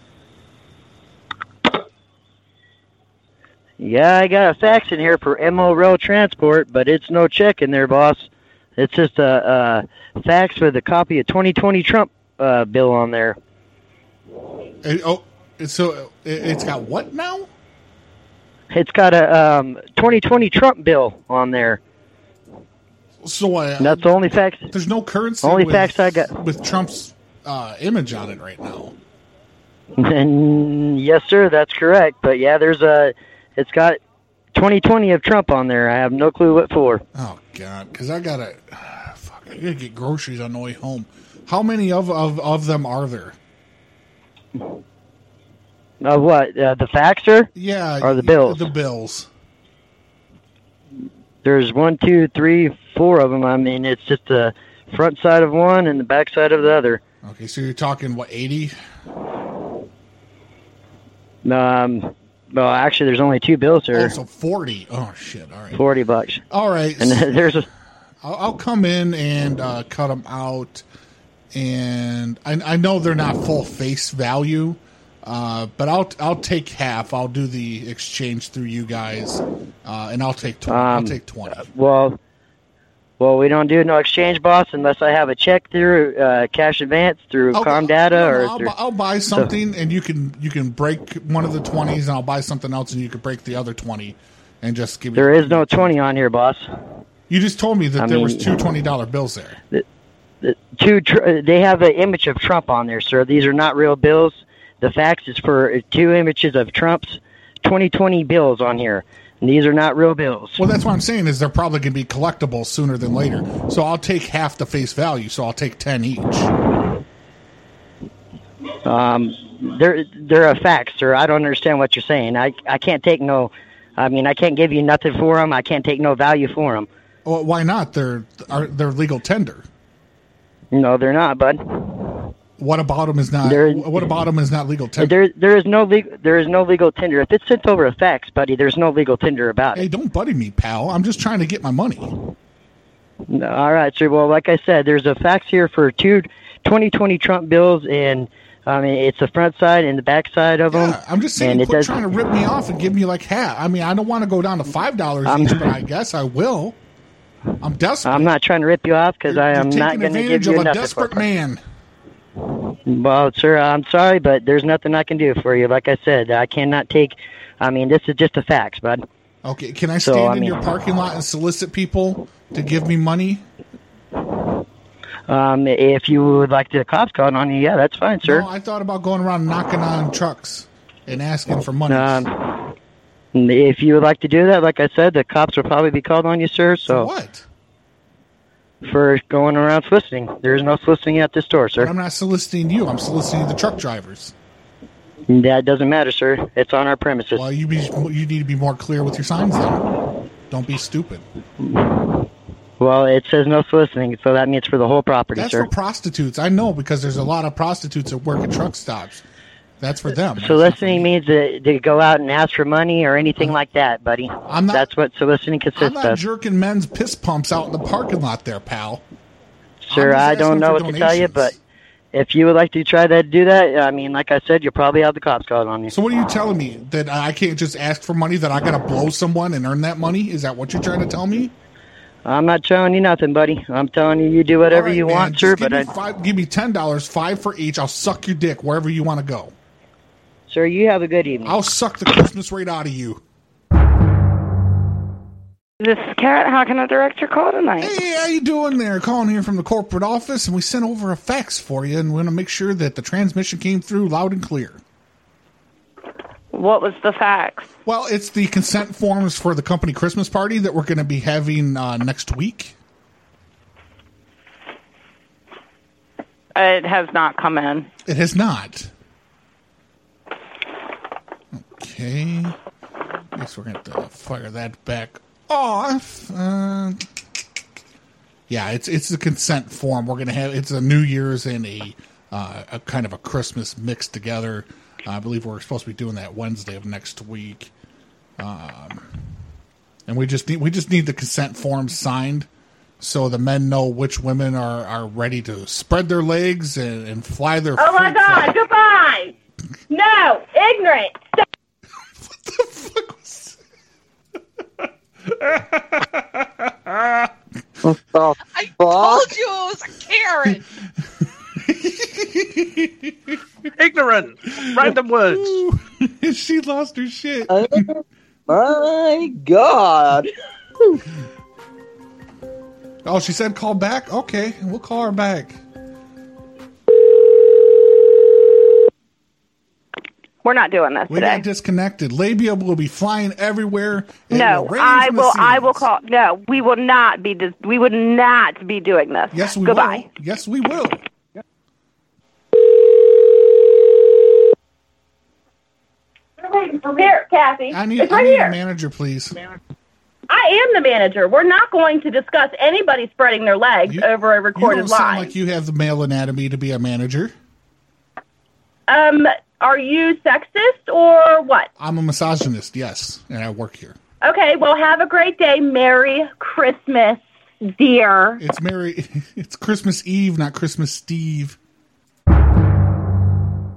Speaker 6: Yeah, I got a fax in here for MO Rail Transport, but it's no check in there, boss. It's just a, a fax with a copy of 2020 Trump uh, bill on there.
Speaker 9: It, oh, it's- so it, it's got what now?
Speaker 6: It's got a um, 2020 Trump bill on there.
Speaker 9: So I,
Speaker 6: And that's the only fax.
Speaker 9: There's no currency.
Speaker 6: Only
Speaker 9: with-
Speaker 6: fax I got.
Speaker 9: with Trump's uh, image on it right now.
Speaker 6: And yes, sir, that's correct. But yeah, there's a. It's got 2020 of Trump on there. I have no clue what for.
Speaker 9: Oh God, because I gotta, fuck, I gotta get groceries on the way home. How many of of, of them are there?
Speaker 6: Uh, what? Uh, the faxer?
Speaker 9: Yeah.
Speaker 6: Or the bills?
Speaker 9: The bills.
Speaker 6: There's one, two, three, four of them. I mean, it's just the front side of one and the back side of the other.
Speaker 9: Okay, so you're talking what eighty?
Speaker 6: Um, well, actually, there's only two bills
Speaker 9: Oh,
Speaker 6: there.
Speaker 9: so forty. Oh shit. All right.
Speaker 6: Forty bucks.
Speaker 9: All right.
Speaker 6: And then there's a.
Speaker 9: I'll, I'll come in and uh, cut them out, and I, I know they're not full face value, uh, but I'll I'll take half. I'll do the exchange through you guys, uh, and I'll take tw- I'll
Speaker 6: Um,
Speaker 9: take twenty.
Speaker 6: Well, well, we don't do no exchange, boss, unless I have a check through uh, cash advance through
Speaker 9: I'll- no,
Speaker 6: Comdata
Speaker 9: no,
Speaker 6: or
Speaker 9: I'll,
Speaker 6: through,
Speaker 9: bu- I'll buy
Speaker 6: so-
Speaker 9: something, and you can you can break one of the twenties, and I'll buy something else, and you can break the other twenty, and just give. me-
Speaker 6: there is no twenty on here, boss.
Speaker 9: You just told me that
Speaker 6: I
Speaker 9: there
Speaker 6: mean-
Speaker 9: was two twenty dollar bills there.
Speaker 6: The- the Two, tr- they have an image of Trump on there, sir. These are not real bills. The fax is for two images of Trump's 2020 bills on here, and these are not real bills.
Speaker 9: Well, that's what I'm saying is they're probably going to be collectible sooner than later. So I'll take half the face value. So I'll take ten each.
Speaker 6: Um, they're they're a fax, sir. I don't understand what you're saying. I I can't take no. I mean, I can't give you nothing for them. I can't take no value for them.
Speaker 9: Well, why not? They're are, they're legal tender.
Speaker 6: No, they're not, bud.
Speaker 9: What about them is not?
Speaker 6: There-
Speaker 9: what about them is not legal tender?
Speaker 6: There there is no legal there is no legal tender. If it's sent over a fax, buddy, there's no legal tender about it.
Speaker 9: Hey, don't buddy me, pal. I'm just trying to get my money.
Speaker 6: No, all right, sir. Well, like I said, there's a fax here for two 2020 Trump bills, and I mean it's the front side and the back side of them.
Speaker 9: I'm just saying,
Speaker 6: and it
Speaker 9: quit
Speaker 6: does,
Speaker 9: trying to rip me off and give me like half. I mean, I don't want to go down to five dollars
Speaker 6: I'm-
Speaker 9: each, but I guess I will. I'm desperate.
Speaker 6: I'm not trying to rip you off because I am
Speaker 9: You're
Speaker 6: not
Speaker 9: taking
Speaker 6: going to
Speaker 9: advantage
Speaker 6: give
Speaker 9: of
Speaker 6: you
Speaker 9: a
Speaker 6: nothing. for
Speaker 9: desperate man.
Speaker 6: Well, sir, I'm sorry, but there's nothing I can do for you. Like I said, I cannot take. I mean, this is just a fax, bud.
Speaker 9: Okay, can I
Speaker 6: So,
Speaker 9: stand
Speaker 6: I
Speaker 9: in
Speaker 6: mean-
Speaker 9: your parking lot and solicit people to give me money?
Speaker 6: Um, if you would like the cops calling on you, yeah, that's fine, sir.
Speaker 9: No, I thought about going around knocking on trucks and asking for money.
Speaker 6: Um, if you would like to do that, like I said, the cops will probably be called on you, sir. So
Speaker 9: what?
Speaker 6: For going around soliciting, there is no soliciting at this store,
Speaker 9: But
Speaker 6: sir.
Speaker 9: I'm not soliciting you. I'm soliciting the truck drivers.
Speaker 6: That doesn't matter, sir. It's on our premises.
Speaker 9: Well, you be you need to be more clear with your signs. Then don't be stupid.
Speaker 6: Well, it says no soliciting, so that means for the whole property,
Speaker 9: That's
Speaker 6: sir.
Speaker 9: for prostitutes. I know because there's a lot of prostitutes that work at truck stops. That's for them.
Speaker 6: soliciting means to, to go out and ask for money or anything like that, buddy.
Speaker 9: I'm not,
Speaker 6: That's what soliciting
Speaker 9: I'm
Speaker 6: consists
Speaker 9: not
Speaker 6: of,
Speaker 9: jerking men's piss pumps out in the parking lot, there, pal.
Speaker 6: sir.
Speaker 9: just
Speaker 6: I don't
Speaker 9: asking
Speaker 6: know
Speaker 9: for
Speaker 6: what to tell you, but if you would like to try that, do that. I mean, like I said, you'll probably have the cops called on you.
Speaker 9: So what are you telling me that I can't just ask for money? That I got to blow someone and earn that money? Is that what you're trying to tell me?
Speaker 6: I'm not telling you nothing, buddy. I'm telling you, you do whatever
Speaker 9: All right,
Speaker 6: you
Speaker 9: man,
Speaker 6: want,
Speaker 9: just
Speaker 6: sir.
Speaker 9: Give
Speaker 6: But
Speaker 9: me
Speaker 6: I,
Speaker 9: five, give me ten dollars, five for each. I'll suck your dick wherever you want to go.
Speaker 6: sir, you have a good evening.
Speaker 9: I'll suck the Christmas rate out of you.
Speaker 15: This is Carrot. How can I direct your call tonight?
Speaker 9: Hey, how you doing there? Calling here from the corporate office, and we sent over a fax for you, and we want to make sure that the transmission came through loud and clear.
Speaker 15: What was the fax?
Speaker 9: Well, it's the consent forms for the company Christmas party that we're going to be having uh, next week.
Speaker 15: It has not come in.
Speaker 9: It has not. Okay. I guess we're going to have to fire that back off. Uh, yeah, it's it's the consent form. We're going to have it's a New Year's and a, uh, a kind of a Christmas mixed together. I believe we're supposed to be doing that Wednesday of next week. Um, and we just need we just need the consent form signed so the men know which women are, are ready to spread their legs and, and fly their
Speaker 8: Oh my
Speaker 9: fruit
Speaker 8: God! Goodbye. No, ignorant.
Speaker 16: I told you it was a Karen.
Speaker 17: Ignorant. Random words.
Speaker 9: she lost her shit.
Speaker 7: my God.
Speaker 9: Oh, she said call back? Okay, we'll call her back.
Speaker 15: We're not doing this
Speaker 9: We
Speaker 15: today.
Speaker 9: got disconnected. Labia will be flying everywhere. It
Speaker 15: No,
Speaker 9: rain
Speaker 15: I
Speaker 9: from the
Speaker 15: will.
Speaker 9: ceiling.
Speaker 15: I will call. No, we will not be. Dis- we would not be doing this.
Speaker 9: Yes, we
Speaker 15: Goodbye.
Speaker 9: will. Yes, we will.
Speaker 8: Here, Kathy.
Speaker 9: I need,
Speaker 8: it's
Speaker 9: I
Speaker 8: right
Speaker 9: need
Speaker 8: here.
Speaker 9: a manager, please.
Speaker 8: I am the manager. We're not going to discuss anybody spreading their legs over a
Speaker 9: You don't
Speaker 8: recorded
Speaker 9: sound
Speaker 8: line.
Speaker 9: like you have the male anatomy to be a manager.
Speaker 8: um, are you sexist or what?
Speaker 9: I'm a misogynist, yes, and I work here.
Speaker 8: Okay, well, have a great day. Merry Christmas.
Speaker 15: dear.
Speaker 9: It's Merry. It's Christmas Eve, not Christmas Steve. Oh,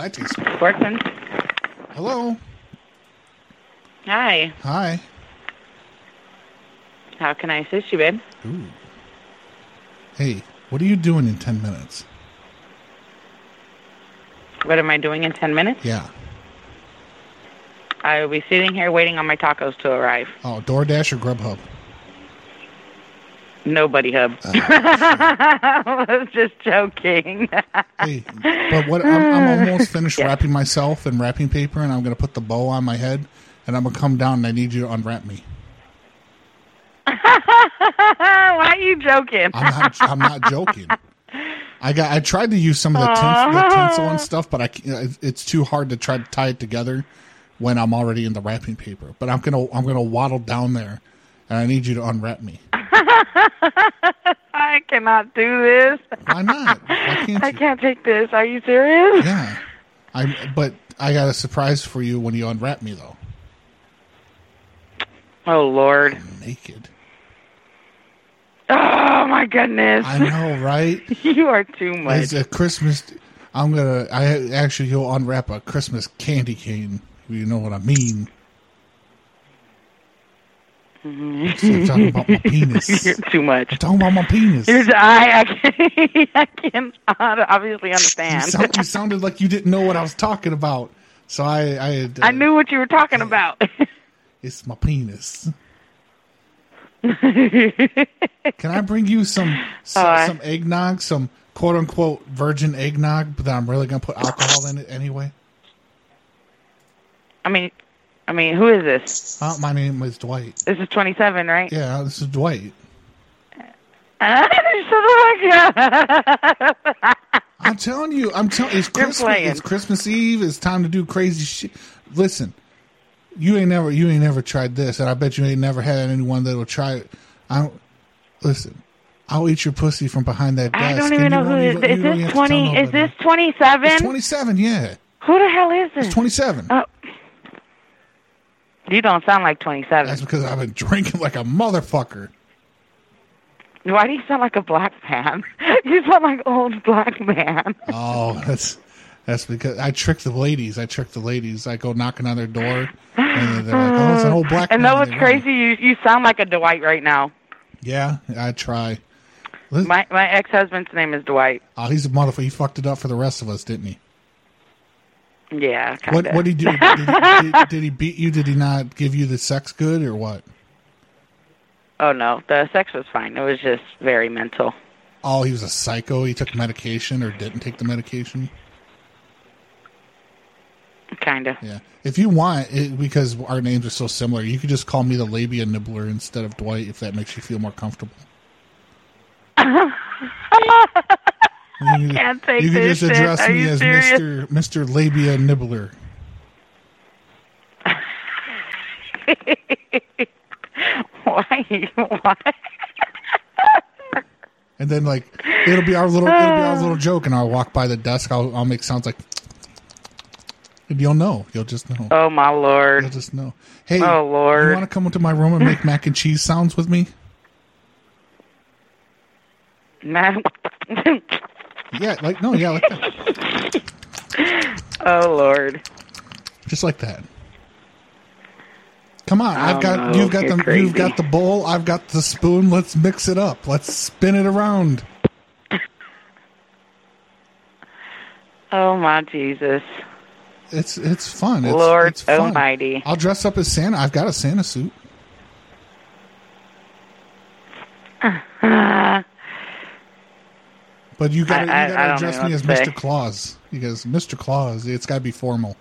Speaker 9: that tastes.
Speaker 4: Workman.
Speaker 9: Hello.
Speaker 4: Hi.
Speaker 9: Hi.
Speaker 4: How can I assist you, babe?
Speaker 9: Ooh. Hey, what are you doing in ten minutes?
Speaker 4: What am I doing in 10 minutes?
Speaker 9: Yeah.
Speaker 4: I will be sitting here waiting on my tacos to arrive.
Speaker 9: Oh, DoorDash or Grubhub?
Speaker 4: Nobody hub.
Speaker 9: Ah, Uh,
Speaker 4: I was just joking.
Speaker 9: But what I'm, I'm almost finished wrapping myself in wrapping paper, and I'm going to put the bow on my head, and I'm going to come down, and I need you to unwrap me.
Speaker 4: Why are you joking?
Speaker 9: I'm not. I'm not joking. I got. I tried to use some of the, tin, the tinsel and stuff, but I can't, it's too hard to try to tie it together when I'm already in the wrapping paper. But I'm gonna I'm gonna waddle down there, and I need you to unwrap me.
Speaker 4: I cannot do this.
Speaker 9: Why not? I
Speaker 4: can't take this. Are you serious?
Speaker 9: Yeah. I but I got a surprise for you when you unwrap me though.
Speaker 4: Oh Lord.
Speaker 9: Naked.
Speaker 4: Oh my goodness.
Speaker 9: I know, right?
Speaker 4: you are too much.
Speaker 9: It's a Christmas. I'm gonna. I actually go unwrap a Christmas candy cane. if You know what I mean? I'm talking about my penis.
Speaker 4: You're too much.
Speaker 9: I'm talking about my penis.
Speaker 4: Here's I I can't, I can't obviously
Speaker 9: You,
Speaker 4: understand.
Speaker 9: sound, you sounded like you didn't know what I was talking about. So I, I, had, uh,
Speaker 4: I knew what you were talking about.
Speaker 9: it's my penis. Can I bring you some some,
Speaker 4: Uh.
Speaker 9: some eggnog, some quote unquote virgin eggnog, but I'm really gonna put alcohol in it anyway?
Speaker 4: I mean, I mean, who is this?
Speaker 9: Uh, my name is Dwight.
Speaker 4: This is 27, right?
Speaker 9: Yeah, this is Dwight.
Speaker 4: Shut the fuck up.
Speaker 9: I'm telling you, I'm telling. It's
Speaker 4: You're
Speaker 9: Christmas.
Speaker 4: playing.
Speaker 9: It's Christmas Eve. It's time to do crazy shit. Listen, you ain't never, you ain't never tried this, and I bet you ain't never had anyone that'll try it. I listen. I'll eat your pussy from behind that
Speaker 4: I
Speaker 9: desk.
Speaker 4: don't
Speaker 9: and
Speaker 4: even
Speaker 9: you
Speaker 4: know who
Speaker 9: don't
Speaker 4: is.
Speaker 9: even- you
Speaker 4: Is
Speaker 9: don't even have
Speaker 4: this
Speaker 9: to tell
Speaker 4: 20? Is
Speaker 9: nobody.
Speaker 4: this 27?
Speaker 9: It's 27, yeah.
Speaker 4: Who the hell is this?
Speaker 9: It's 27.
Speaker 4: Oh. You don't sound like 27. That's
Speaker 9: because I've been drinking like a motherfucker.
Speaker 4: Why do you sound like a black man? You sound like old black man.
Speaker 9: Oh, that's that's because I trick the ladies. I trick the ladies. I go knocking on their door, and they're like, "Oh, it's an old black."
Speaker 4: Mm. and
Speaker 9: man."
Speaker 4: that was
Speaker 9: They run.
Speaker 4: crazy. You you sound like a Dwight right now.
Speaker 9: Yeah, I try.
Speaker 4: My my ex husband's name is Dwight.
Speaker 9: Oh, he's a motherfucker. He fucked it up for the rest of us, didn't he?
Speaker 4: Yeah.
Speaker 9: What
Speaker 4: kinda.
Speaker 9: What did he do? Did he, did, did he beat you? Did he not give you the sex good or what?
Speaker 4: oh no, the sex was fine. It was just very mental.
Speaker 9: Oh, he was a psycho. He took medication or didn't take the medication.
Speaker 4: Kind of.
Speaker 9: Yeah. If you want, it, because our names are so similar, you could just call me the labia nibbler instead of Dwight if that makes you feel more comfortable. You can,
Speaker 4: can't take
Speaker 9: you can just
Speaker 4: this shit.
Speaker 9: address
Speaker 4: Are
Speaker 9: me
Speaker 4: you
Speaker 9: as
Speaker 4: serious?
Speaker 9: Mr. Mr. Labia Nibbler.
Speaker 4: Why? Why?
Speaker 9: And then like it'll be our little it'll be our little joke, and I'll walk by the desk. I'll I'll make sounds like, and you'll know. You'll just know.
Speaker 4: Oh my lord.
Speaker 9: You'll just know. Hey,
Speaker 4: Oh lord.
Speaker 9: you want to come into my room and make mac and cheese sounds with me?
Speaker 4: Man.
Speaker 9: Yeah, like no, yeah, like that.
Speaker 4: oh lord.
Speaker 9: just like that. Come on,
Speaker 4: Oh,
Speaker 9: I've got
Speaker 4: no,
Speaker 9: you've got
Speaker 4: you're
Speaker 9: the
Speaker 4: crazy.
Speaker 9: you've got the bowl, I've got the spoon. Let's mix it up. Let's spin it around.
Speaker 4: Oh my Jesus.
Speaker 9: It's it's fun. It's,
Speaker 4: Lord
Speaker 9: it's fun.
Speaker 4: almighty.
Speaker 9: I'll dress up as Santa. I've got a Santa suit. But you gotta,
Speaker 4: Uh-huh. I- I-
Speaker 9: you
Speaker 4: I
Speaker 9: gotta
Speaker 4: don't
Speaker 9: address
Speaker 4: know
Speaker 9: me as
Speaker 4: what to say.
Speaker 9: Mr. Claus. Because Mr. Claus, it's gotta be formal.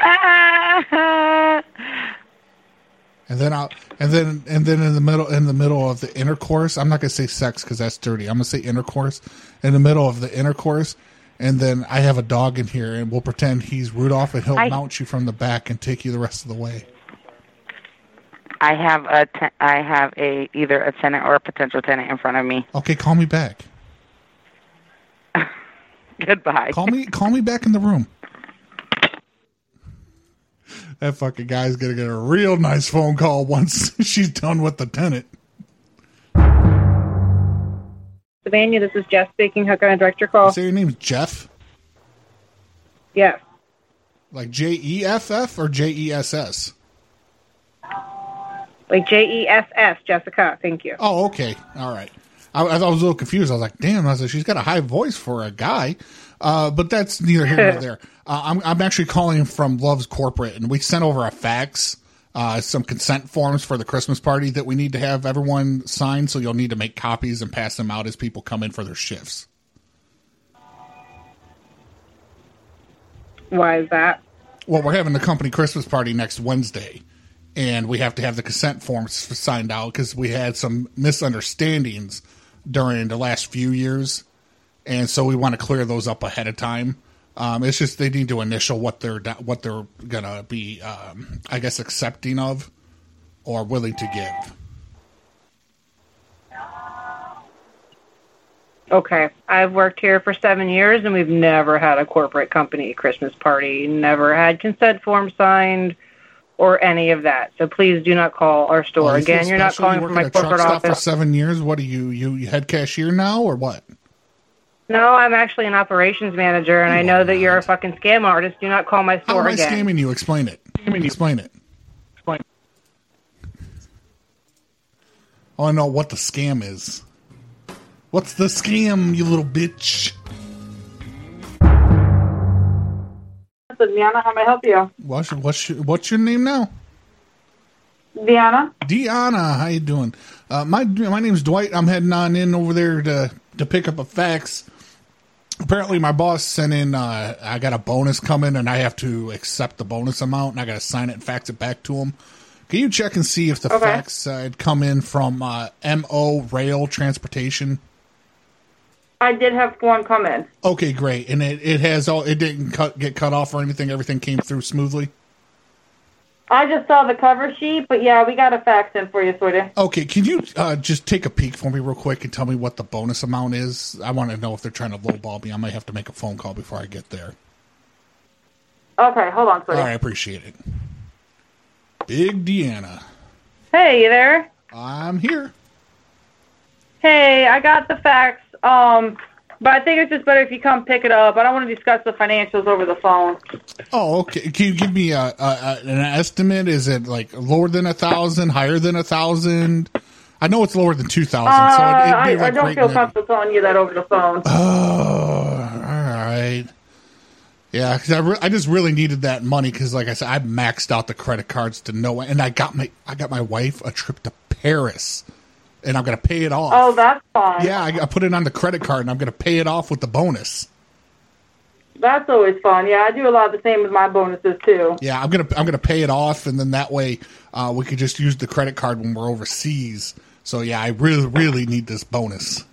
Speaker 4: Ah!
Speaker 9: And then I'll, and then and then in the middle in the middle of the intercourse, I'm not gonna say sex because that's dirty. I'm gonna say intercourse. In the middle of the intercourse, and then I have a dog in here, and we'll pretend he's Rudolph, and he'll
Speaker 4: I-
Speaker 9: mount you from the back and take you the rest of the way.
Speaker 4: I have a te- I have a either a tenant or a potential tenant in front of me.
Speaker 9: Okay, call me back.
Speaker 4: Goodbye.
Speaker 9: Call me call me back in the room. That fucking guy's gonna get a real nice phone call once she's done with the tenant.
Speaker 18: Savannah, this is Jeff speaking. How can I direct your call?
Speaker 9: Say your name's Jeff,
Speaker 18: Yes.
Speaker 9: like J E F F or J E S S.
Speaker 18: Like J E S S, Jessica. Thank you.
Speaker 9: Oh, okay. All right. I, I was a little confused. I was like, damn, I was like, she's got a high voice for a guy. Uh, but that's neither here nor there. Uh, I'm, I'm actually calling from Love's Corporate, and we sent over a fax, uh, some consent forms for the Christmas party that we need to have everyone sign. So you'll need to make copies and pass them out as people come in for their shifts.
Speaker 18: Why is that?
Speaker 9: Well, we're having the company Christmas party next Wednesday, and we have to have the consent forms f- signed out because we had some misunderstandings during the last few years, and so we want to clear those up ahead of time. Um, it's just they need to initial what they're do- what they're gonna be, um, I guess, accepting of or willing to give.
Speaker 18: Okay. I've worked here for seven years and we've never had a corporate company Christmas party, never had consent forms signed or any of that. So please do not call our store.
Speaker 9: Well, you feel
Speaker 18: Again, you're not
Speaker 9: special? You
Speaker 18: calling from
Speaker 9: work
Speaker 18: my
Speaker 9: at a truck
Speaker 18: corporate
Speaker 9: stop for
Speaker 18: office.
Speaker 9: seven years. What are you, you you head cashier now or what?
Speaker 18: No, I'm actually an operations manager and I know that you're a fucking scam artist. Do not call my
Speaker 9: How
Speaker 18: store
Speaker 9: am I
Speaker 18: again.
Speaker 9: scamming you? Explain it. Explain it. Explain. I want to know what the scam is. What's the scam, you little bitch?
Speaker 19: This is Deanna. How may I help you?
Speaker 9: What's your, what's your, what's your name now?
Speaker 19: Deanna?
Speaker 9: Deanna, how you doing? Uh, my my name's Dwight. I'm heading on in over there to to pick up a fax. Apparently, my boss sent in. Uh, I got a bonus coming, and I have to accept the bonus amount, and I got to sign it and fax it back to him. Can you check and see if the
Speaker 19: Okay.
Speaker 9: fax uh, had come in from uh, Mo Rail Transportation?
Speaker 19: I did have one come in.
Speaker 9: Okay, great. And it, it has all. It didn't cut get cut off or anything. Everything came through smoothly.
Speaker 19: I just saw the cover sheet, but yeah, we got a fax in for you, sweetie.
Speaker 9: Okay, can you uh, just take a peek for me real quick and tell me what the bonus amount is? I want to know if they're trying to lowball me. I might have to make a phone call before I get there.
Speaker 19: Okay, hold on,
Speaker 9: All
Speaker 19: sweetie.
Speaker 9: right, I appreciate it. Big Deanna.
Speaker 19: Hey, you there?
Speaker 9: I'm here.
Speaker 19: Hey, I got the fax. Um, but I think it's just better if you come pick it up. I don't want to discuss the financials over the phone.
Speaker 9: Oh, okay. Can you give me a, a, a an estimate? Is it like lower than a thousand, higher than a thousand? I know it's lower than two
Speaker 19: Uh,
Speaker 9: thousand, so
Speaker 19: I,
Speaker 9: it'd be
Speaker 19: I
Speaker 9: like
Speaker 19: don't
Speaker 9: right
Speaker 19: feel
Speaker 9: in the-
Speaker 19: comfortable telling you that over the phone.
Speaker 9: Oh, all right. Yeah, because I, re- I just really needed that money because, like I said, I maxed out the credit cards to no end, and I got my I got my wife a trip to Paris, and I'm gonna pay it off.
Speaker 19: Oh, that's fine.
Speaker 9: yeah, I, I put it on the credit card, and I'm gonna pay it off with the bonus.
Speaker 19: That's always fun. Yeah, I do a lot of the same with my bonuses, too.
Speaker 9: Yeah, I'm gonna I'm gonna pay it off, and then that way uh, we could just use the credit card when we're overseas. So yeah, I really really need this bonus.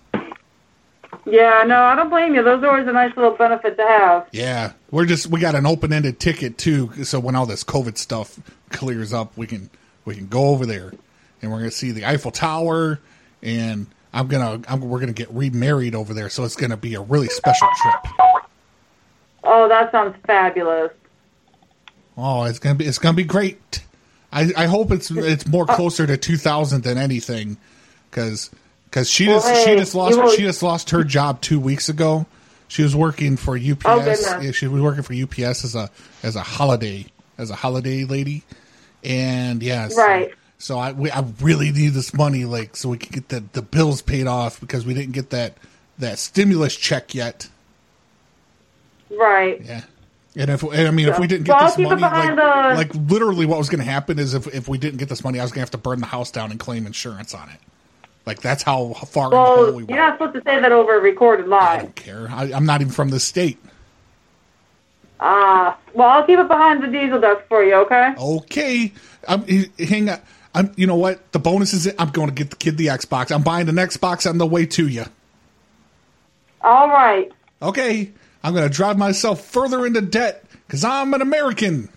Speaker 19: Yeah, no, I don't blame you. Those are always a nice little benefit to have.
Speaker 9: Yeah, we're just we got an open ended ticket too. So when all this COVID stuff clears up, we can we can go over there, and we're gonna see the Eiffel Tower, and I'm gonna I'm, we're gonna get remarried over there. So it's gonna be a really special trip.
Speaker 19: Oh, that sounds fabulous.
Speaker 9: Oh, it's gonna be it's gonna be great. I, I hope it's it's more closer to 2000 than anything, because she
Speaker 19: Well,
Speaker 9: just she
Speaker 19: hey,
Speaker 9: just lost
Speaker 19: you will-
Speaker 9: she just lost her job two weeks ago. She was working for UPS.
Speaker 19: goodness.
Speaker 9: yeah, she was working for UPS as a as a holiday as a holiday lady, and yes,
Speaker 19: Right.
Speaker 9: So I we, I really need this money, like so we can get the the bills paid off because we didn't get that that stimulus check yet.
Speaker 19: Right.
Speaker 9: Yeah. And if and I mean, if we didn't get
Speaker 19: Well, I'll
Speaker 9: this
Speaker 19: keep it
Speaker 9: money, like,
Speaker 19: behind the-
Speaker 9: like literally, what was going to happen is if if we didn't get this money, I was going to have to burn the house down and claim insurance on it. Like that's how far in the hole
Speaker 19: Well,
Speaker 9: we
Speaker 19: you're not supposed to say that over a recorded live.
Speaker 9: were. I, I'm not even from this state.
Speaker 19: Ah, well, I'll keep it behind the diesel dust for you, okay?
Speaker 9: Okay, I'm h- hang on. I'm you know what? The bonus is I'm going to get the kid the Xbox. I'm buying an Xbox on the way to you.
Speaker 19: All right.
Speaker 9: Okay, I'm going to drive myself further into debt because I'm an American.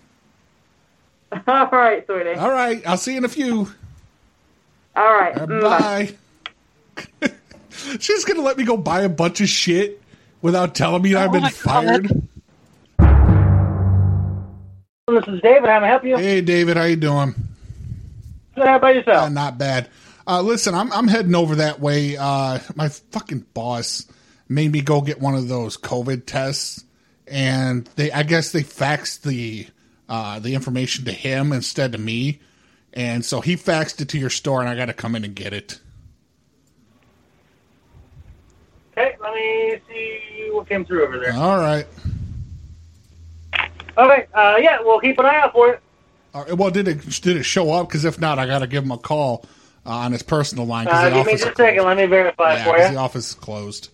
Speaker 19: All right, sweetie.
Speaker 9: All right, I'll see you in a few.
Speaker 19: All right. Mm,
Speaker 9: Bye. She's gonna let me go buy a bunch of shit without telling me I've been fired.
Speaker 16: This is David. How may I help you?
Speaker 9: Hey, David, how you doing?
Speaker 16: Good. How about yourself?
Speaker 9: Uh, not bad. Uh, listen, I'm I'm heading over that way. Uh, my fucking boss made me go get one of those COVID tests, and they I guess they faxed the uh, the information to him instead of me, and so he faxed it to your store, and I got to come in and get it.
Speaker 16: Okay, let me see what came through over there.
Speaker 9: All right.
Speaker 16: Okay, uh, yeah, we'll keep an eye out for it.
Speaker 9: All right, well, did it did it show up? Because if not, I got to give him a call uh, on his personal line because
Speaker 16: Uh,
Speaker 9: the
Speaker 16: give me
Speaker 9: office
Speaker 16: just a second. Let me verify
Speaker 9: yeah,
Speaker 16: it for
Speaker 9: 'cause
Speaker 16: you.
Speaker 9: the office is closed.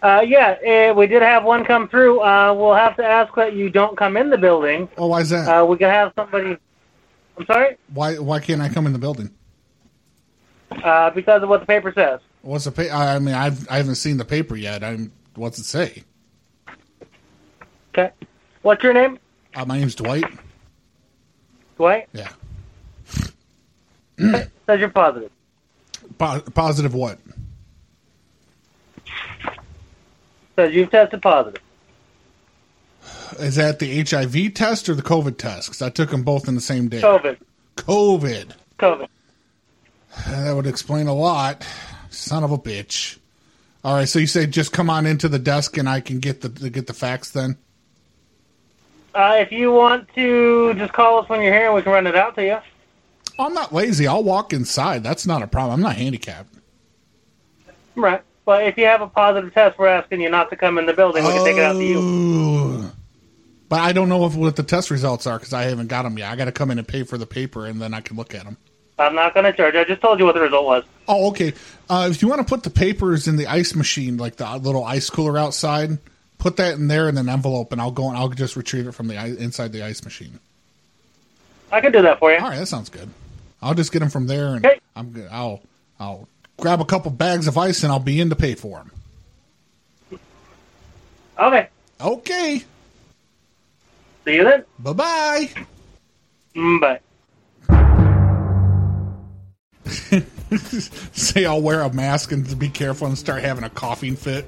Speaker 16: Uh, yeah, uh, we did have one come through. Uh, we'll have to ask that you don't come in the building.
Speaker 9: Oh, why is that?
Speaker 16: Uh, we can have somebody. I'm sorry,
Speaker 9: Why why can't I come in the building?
Speaker 16: uh, because of what the paper says.
Speaker 9: What's the pa- I I mean I've I haven't seen the paper yet. I'm what's it say?
Speaker 16: Okay, what's your name?
Speaker 9: Uh, my name's Dwight.
Speaker 16: Dwight.
Speaker 9: Yeah.
Speaker 16: says you're positive.
Speaker 9: Po- positive what?
Speaker 16: Says you've tested positive.
Speaker 9: Is that the HIV test or the COVID test? 'Cause I took them both in the same day.
Speaker 16: COVID.
Speaker 9: COVID.
Speaker 16: COVID.
Speaker 9: That would explain a lot. Son of a bitch. All right, so you say just come on into the desk and I can get the get the facts then.
Speaker 16: Uh, if you want to, just call us when you're here, and we can run it out to you.
Speaker 9: I'm not lazy. I'll walk inside. That's not a problem. I'm not handicapped.
Speaker 16: Right. But if you have a positive test, we're asking you not to come in the building. We can take it out to
Speaker 9: Oh.
Speaker 16: you.
Speaker 9: Ooh. But I don't know if what the test results are because I haven't got them yet. I got to come in and pay for the paper and then I can look at them.
Speaker 16: I'm not going to charge. you. I just told you what the result was.
Speaker 9: Oh, okay. Uh, if you want to put the papers in the ice machine, like the little ice cooler outside, put that in there in an envelope, and I'll go and I'll just retrieve it from the i- inside the ice machine.
Speaker 16: I can do that for you.
Speaker 9: All right, that sounds good. I'll just get them from there, and
Speaker 16: Okay.
Speaker 9: I'm good. I'll I'll grab a couple bags of ice, and I'll be in to pay for them.
Speaker 16: Okay.
Speaker 9: Okay.
Speaker 16: See you then. Mm,
Speaker 9: Bye bye.
Speaker 16: Bye.
Speaker 9: Say I'll wear a mask and be careful and start having a coughing fit.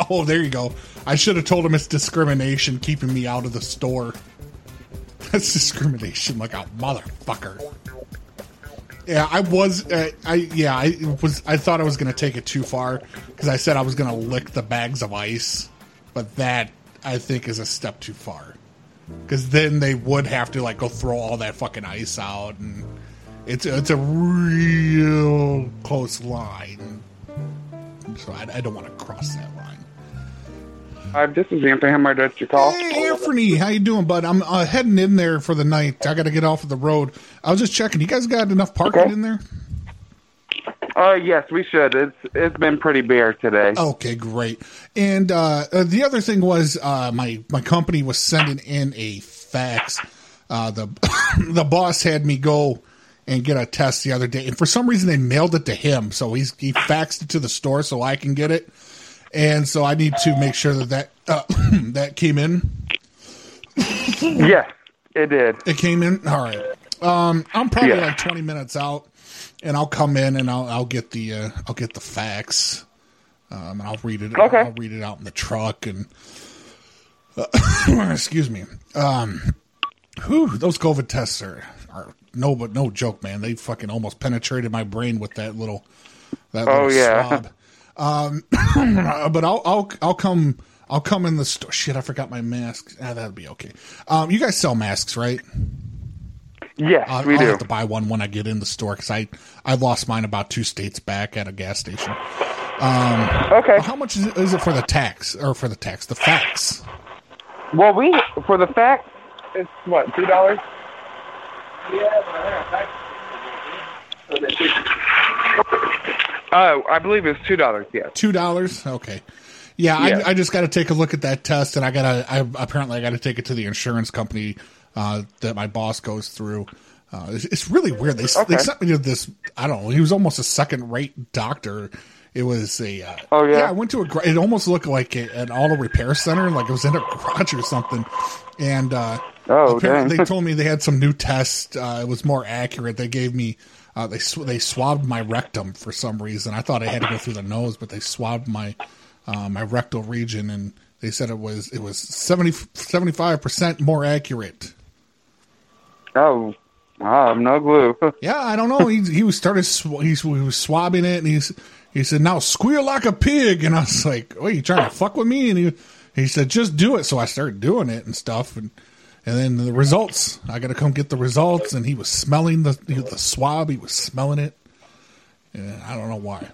Speaker 9: oh, there you go. I should have told him it's discrimination keeping me out of the store. That's discrimination, like a motherfucker. Yeah, I was. Uh, I yeah, I was. I thought I was going to take it too far because I said I was going to lick the bags of ice, but that I think is a step too far because then they would have to like go throw all that fucking ice out, and it's it's a real close line. So I, I don't want to cross that line.
Speaker 20: Hi, this is Anthony. How may I direct your call?
Speaker 9: Hey, Anthony, how you doing, bud? I'm uh, heading in there for the night. I got to get off of the road. I was just checking. You guys got enough parking in there?
Speaker 20: Uh, yes, we should. It's it's been pretty bare today.
Speaker 9: Okay, great. And uh, uh, the other thing was uh, my my company was sending in a fax. Uh, the the boss had me go and get a test the other day, and for some reason they mailed it to him. So he's he faxed it to the store so I can get it, and so I need to make sure that that uh, that came in.
Speaker 20: Yes, it did.
Speaker 9: It came in. All right. Um, I'm probably
Speaker 20: Yeah.
Speaker 9: like 20 minutes out, and I'll come in and I'll I'll get the uh, I'll get the facts. Um, and I'll read it.
Speaker 20: Okay.
Speaker 9: I'll read it out in the truck and. uh, excuse me. Um, whew, those COVID tests are, are no, but no joke, man. They fucking almost penetrated my brain with that little, that
Speaker 20: Oh,
Speaker 9: little
Speaker 20: yeah.
Speaker 9: swab. Um, but I'll, I'll, I'll come, I'll come in the store. Shit, I forgot my mask. Ah, that'll be okay. Um, you guys sell masks, right?
Speaker 20: Yes,
Speaker 9: I'll,
Speaker 20: we
Speaker 9: I'll
Speaker 20: do.
Speaker 9: have to buy one when I get in the store because I, I lost mine about two states back at a gas station. Um, okay. How much is it, is it for the tax or for the tax? The fax.
Speaker 20: Well, we for the fact it's what two dollars. Oh, I believe it's two dollars. Yes.
Speaker 9: Two dollars. Okay. Yeah,
Speaker 20: Yeah.
Speaker 9: I, I just got to take a look at that test, and I gotta. I apparently I got to take it to the insurance company uh, that my boss goes through. Uh, it's, it's really weird. They,
Speaker 20: Okay.
Speaker 9: they sent me to this. I don't know. He was almost a second rate doctor. It was a. Uh,
Speaker 20: Oh, yeah?
Speaker 9: I went to a. gar- It almost looked like a, an auto repair center, like it was in a garage or something. And uh,
Speaker 20: Oh,
Speaker 9: apparently
Speaker 20: dang.
Speaker 9: they told me they had some new test. Uh, it was more accurate. They gave me uh, they sw- they swabbed my rectum for some reason. I thought I had to go through the nose, but they swabbed my uh, my rectal region and They said it was it was 75 percent more accurate.
Speaker 21: Oh, wow, no glue.
Speaker 9: yeah, I don't know. He he was started sw- he, he was swabbing it, and he's he said, "Now squeal like a pig," and I was like, "Wait, you trying to fuck with me?" And he he said, "Just do it." So I started doing it and stuff, and and then the results. I got to come get the results, and he was smelling the the swab. He was smelling it. And I don't know why.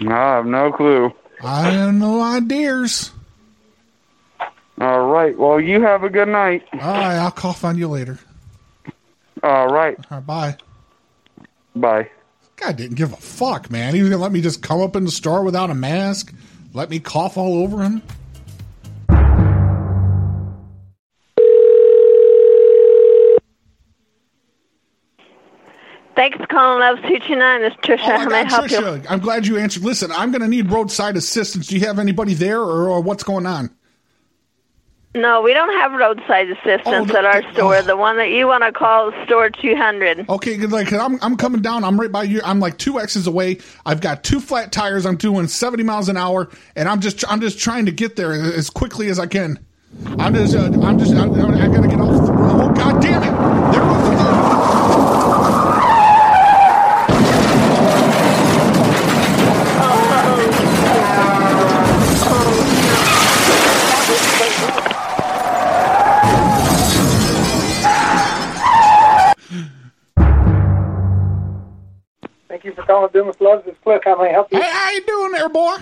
Speaker 21: I have no clue.
Speaker 9: I have no ideas.
Speaker 21: All right. Well, you have a good night. All
Speaker 9: right. I'll cough on you later.
Speaker 21: All right.
Speaker 9: All right bye.
Speaker 21: Bye.
Speaker 9: God didn't give a fuck, man. He was gonna let me just come up in the store without a mask, let me cough all over him.
Speaker 15: Thanks for calling Love Sushi Nine. It's Trisha.
Speaker 9: Oh
Speaker 15: How
Speaker 9: my
Speaker 15: may I
Speaker 9: God,
Speaker 15: help you?
Speaker 9: Trisha, I'm glad you answered. Listen, I'm gonna need roadside assistance. Do you have anybody there, or, or what's going on?
Speaker 15: No, we don't have roadside assistance
Speaker 9: Oh,
Speaker 15: at our store. The one that you want to call is Store 200.
Speaker 9: Okay, 'cause, like 'cause I'm I'm coming down. I'm right by you. I'm like two X's away. I've got two flat tires. I'm doing 70 miles an hour, and I'm just I'm just trying to get there as as quickly as I can. I'm just uh, I'm just I'm, I gotta get off. The, oh God damn it! There goes the
Speaker 22: Thank you for calling Dumas Loves. It's Click. How may I help you?
Speaker 9: Hey, how you doing there, boy?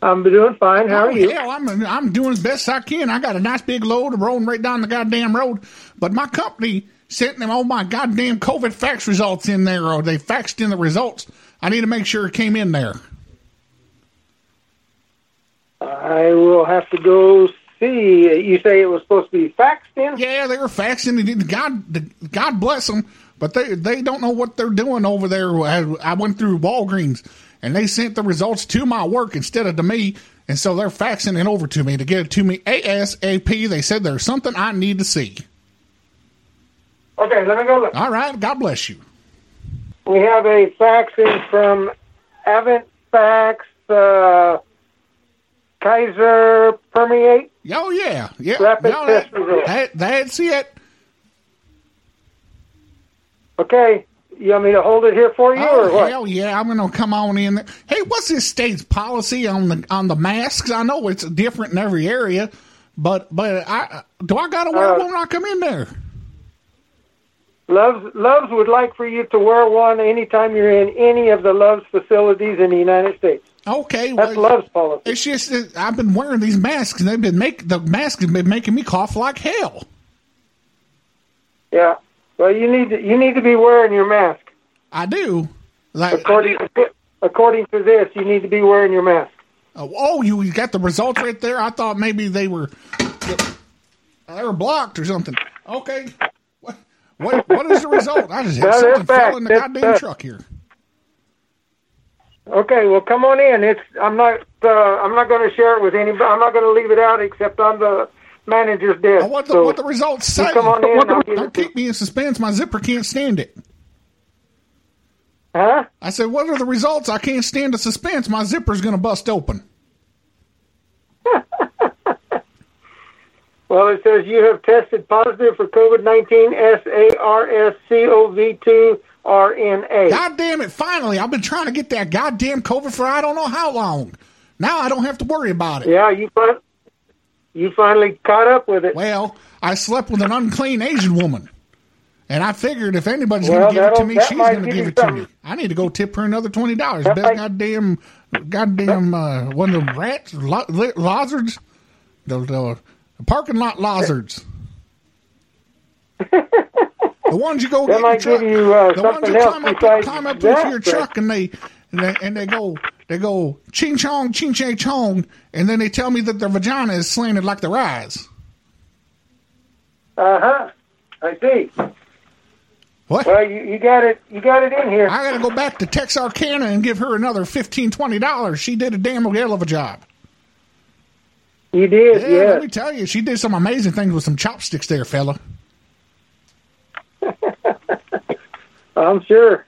Speaker 22: I'm doing fine. How
Speaker 9: Oh,
Speaker 22: are you?
Speaker 9: Hell, I'm I'm doing as best I can. I got a nice big load of rolling right down the goddamn road, but my company sent them all my goddamn COVID fax results in there, or they faxed in the results. I need to make sure it came in there.
Speaker 22: I will have to go see. You say it was supposed to be faxed in?
Speaker 9: Yeah, they were faxing it. in. God, the- God bless them, but they they don't know what they're doing over there. I, I went through Walgreens, and they sent the results to my work instead of to me, and so they're faxing it over to me to get it to me ASAP. They said there's something I need to see.
Speaker 22: Okay, let me go look.
Speaker 9: All right, God bless you.
Speaker 22: We have a fax in from Avent Fax uh, Kaiser Permeate.
Speaker 9: Oh yeah, yeah.
Speaker 22: Rapid
Speaker 9: no,
Speaker 22: test
Speaker 9: that-
Speaker 22: results.
Speaker 9: that- that's it.
Speaker 22: Okay, you want me to hold it here for you or
Speaker 9: oh,
Speaker 22: what?
Speaker 9: hell yeah! I'm gonna come on in. there. Hey, what's this state's policy on the on the masks? I know it's different in every area, but but I do I gotta wear
Speaker 22: Uh,
Speaker 9: one when I come in there?
Speaker 22: Loves Loves would like for you to wear one anytime you're in any of the Loves facilities in the United States.
Speaker 9: Okay,
Speaker 22: that's Loves policy.
Speaker 9: It's just that I've been wearing these masks, and they've been make the mask has been making me cough like hell.
Speaker 22: Yeah. Well, you need to, you need to be wearing your mask.
Speaker 9: I do. Like,
Speaker 22: according to, according to this, you need to be wearing your mask.
Speaker 9: Oh, oh, you you got the results right there. I thought maybe they were they were blocked or something. Okay. What what, what is the result? I just had
Speaker 22: No, they're
Speaker 9: something fell
Speaker 22: back.
Speaker 9: in the
Speaker 22: They're
Speaker 9: goddamn
Speaker 22: back.
Speaker 9: truck here.
Speaker 22: Okay, well, come on in. It's I'm not uh, I'm not going to share it with anybody. I'm not going to leave it out except on the manager's desk.
Speaker 9: Oh, What the
Speaker 22: So
Speaker 9: what the results
Speaker 22: you
Speaker 9: say?
Speaker 22: Come on in. I'll give
Speaker 9: Don't
Speaker 22: it to you.
Speaker 9: keep me in suspense. My zipper can't stand it.
Speaker 22: Huh?
Speaker 9: I said, what are the results? I can't stand the suspense. My zipper's gonna bust open.
Speaker 22: Well, it says you have tested positive for COVID-19 S A R S C O V 2 R N A.
Speaker 9: God damn it! Finally, I've been trying to get that goddamn COVID for I don't know how long. Now I don't have to worry about it.
Speaker 22: Yeah, you fin- you finally caught up with it.
Speaker 9: Well, I slept with an unclean Asian woman, and I figured if anybody's
Speaker 22: Well,
Speaker 9: going to give it to
Speaker 22: that'll-
Speaker 9: me,
Speaker 22: that
Speaker 9: she's
Speaker 22: might
Speaker 9: going to
Speaker 22: give
Speaker 9: give
Speaker 22: you
Speaker 9: it to me.
Speaker 22: something.
Speaker 9: I need to go tip her another twenty dollars.
Speaker 22: That
Speaker 9: Best
Speaker 22: might-
Speaker 9: goddamn, goddamn uh, one of them rats, lo- li- lizards, the, the parking lot lizards. The ones you go
Speaker 22: That
Speaker 9: get
Speaker 22: might
Speaker 9: your truck.
Speaker 22: give you, uh,
Speaker 9: the ones
Speaker 22: something
Speaker 9: you
Speaker 22: else
Speaker 9: climb up,
Speaker 22: besides
Speaker 9: climb up
Speaker 22: that,
Speaker 9: into your
Speaker 22: but-
Speaker 9: truck and they, and they and they go they go ching chong ching chang chong and then they tell me that their vagina is slanted like the rise.
Speaker 22: Uh huh. I see.
Speaker 9: What?
Speaker 22: Well, you, you got it. You got it in here.
Speaker 9: I gotta go back to Texarkana and give her another fifteen, twenty dollars. She did a damn hell of a job.
Speaker 22: You did,
Speaker 9: Oh, yeah,
Speaker 22: yes.
Speaker 9: Let me tell you, she did some amazing things with some chopsticks there, fella.
Speaker 22: I'm sure.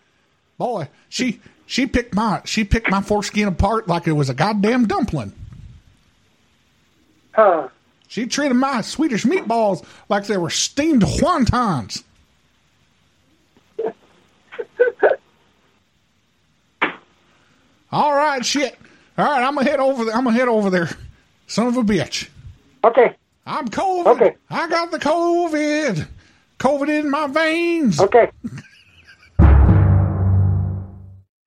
Speaker 9: Boy, she She picked my she picked my foreskin apart like it was a goddamn dumpling.
Speaker 22: Huh.
Speaker 9: She treated my Swedish meatballs like they were steamed wontons. All right, shit. All right, I'm gonna head over. There. I'm gonna head over there. Son of a bitch.
Speaker 22: Okay.
Speaker 9: I'm COVID. Okay. I got the COVID. COVID in my veins.
Speaker 22: Okay.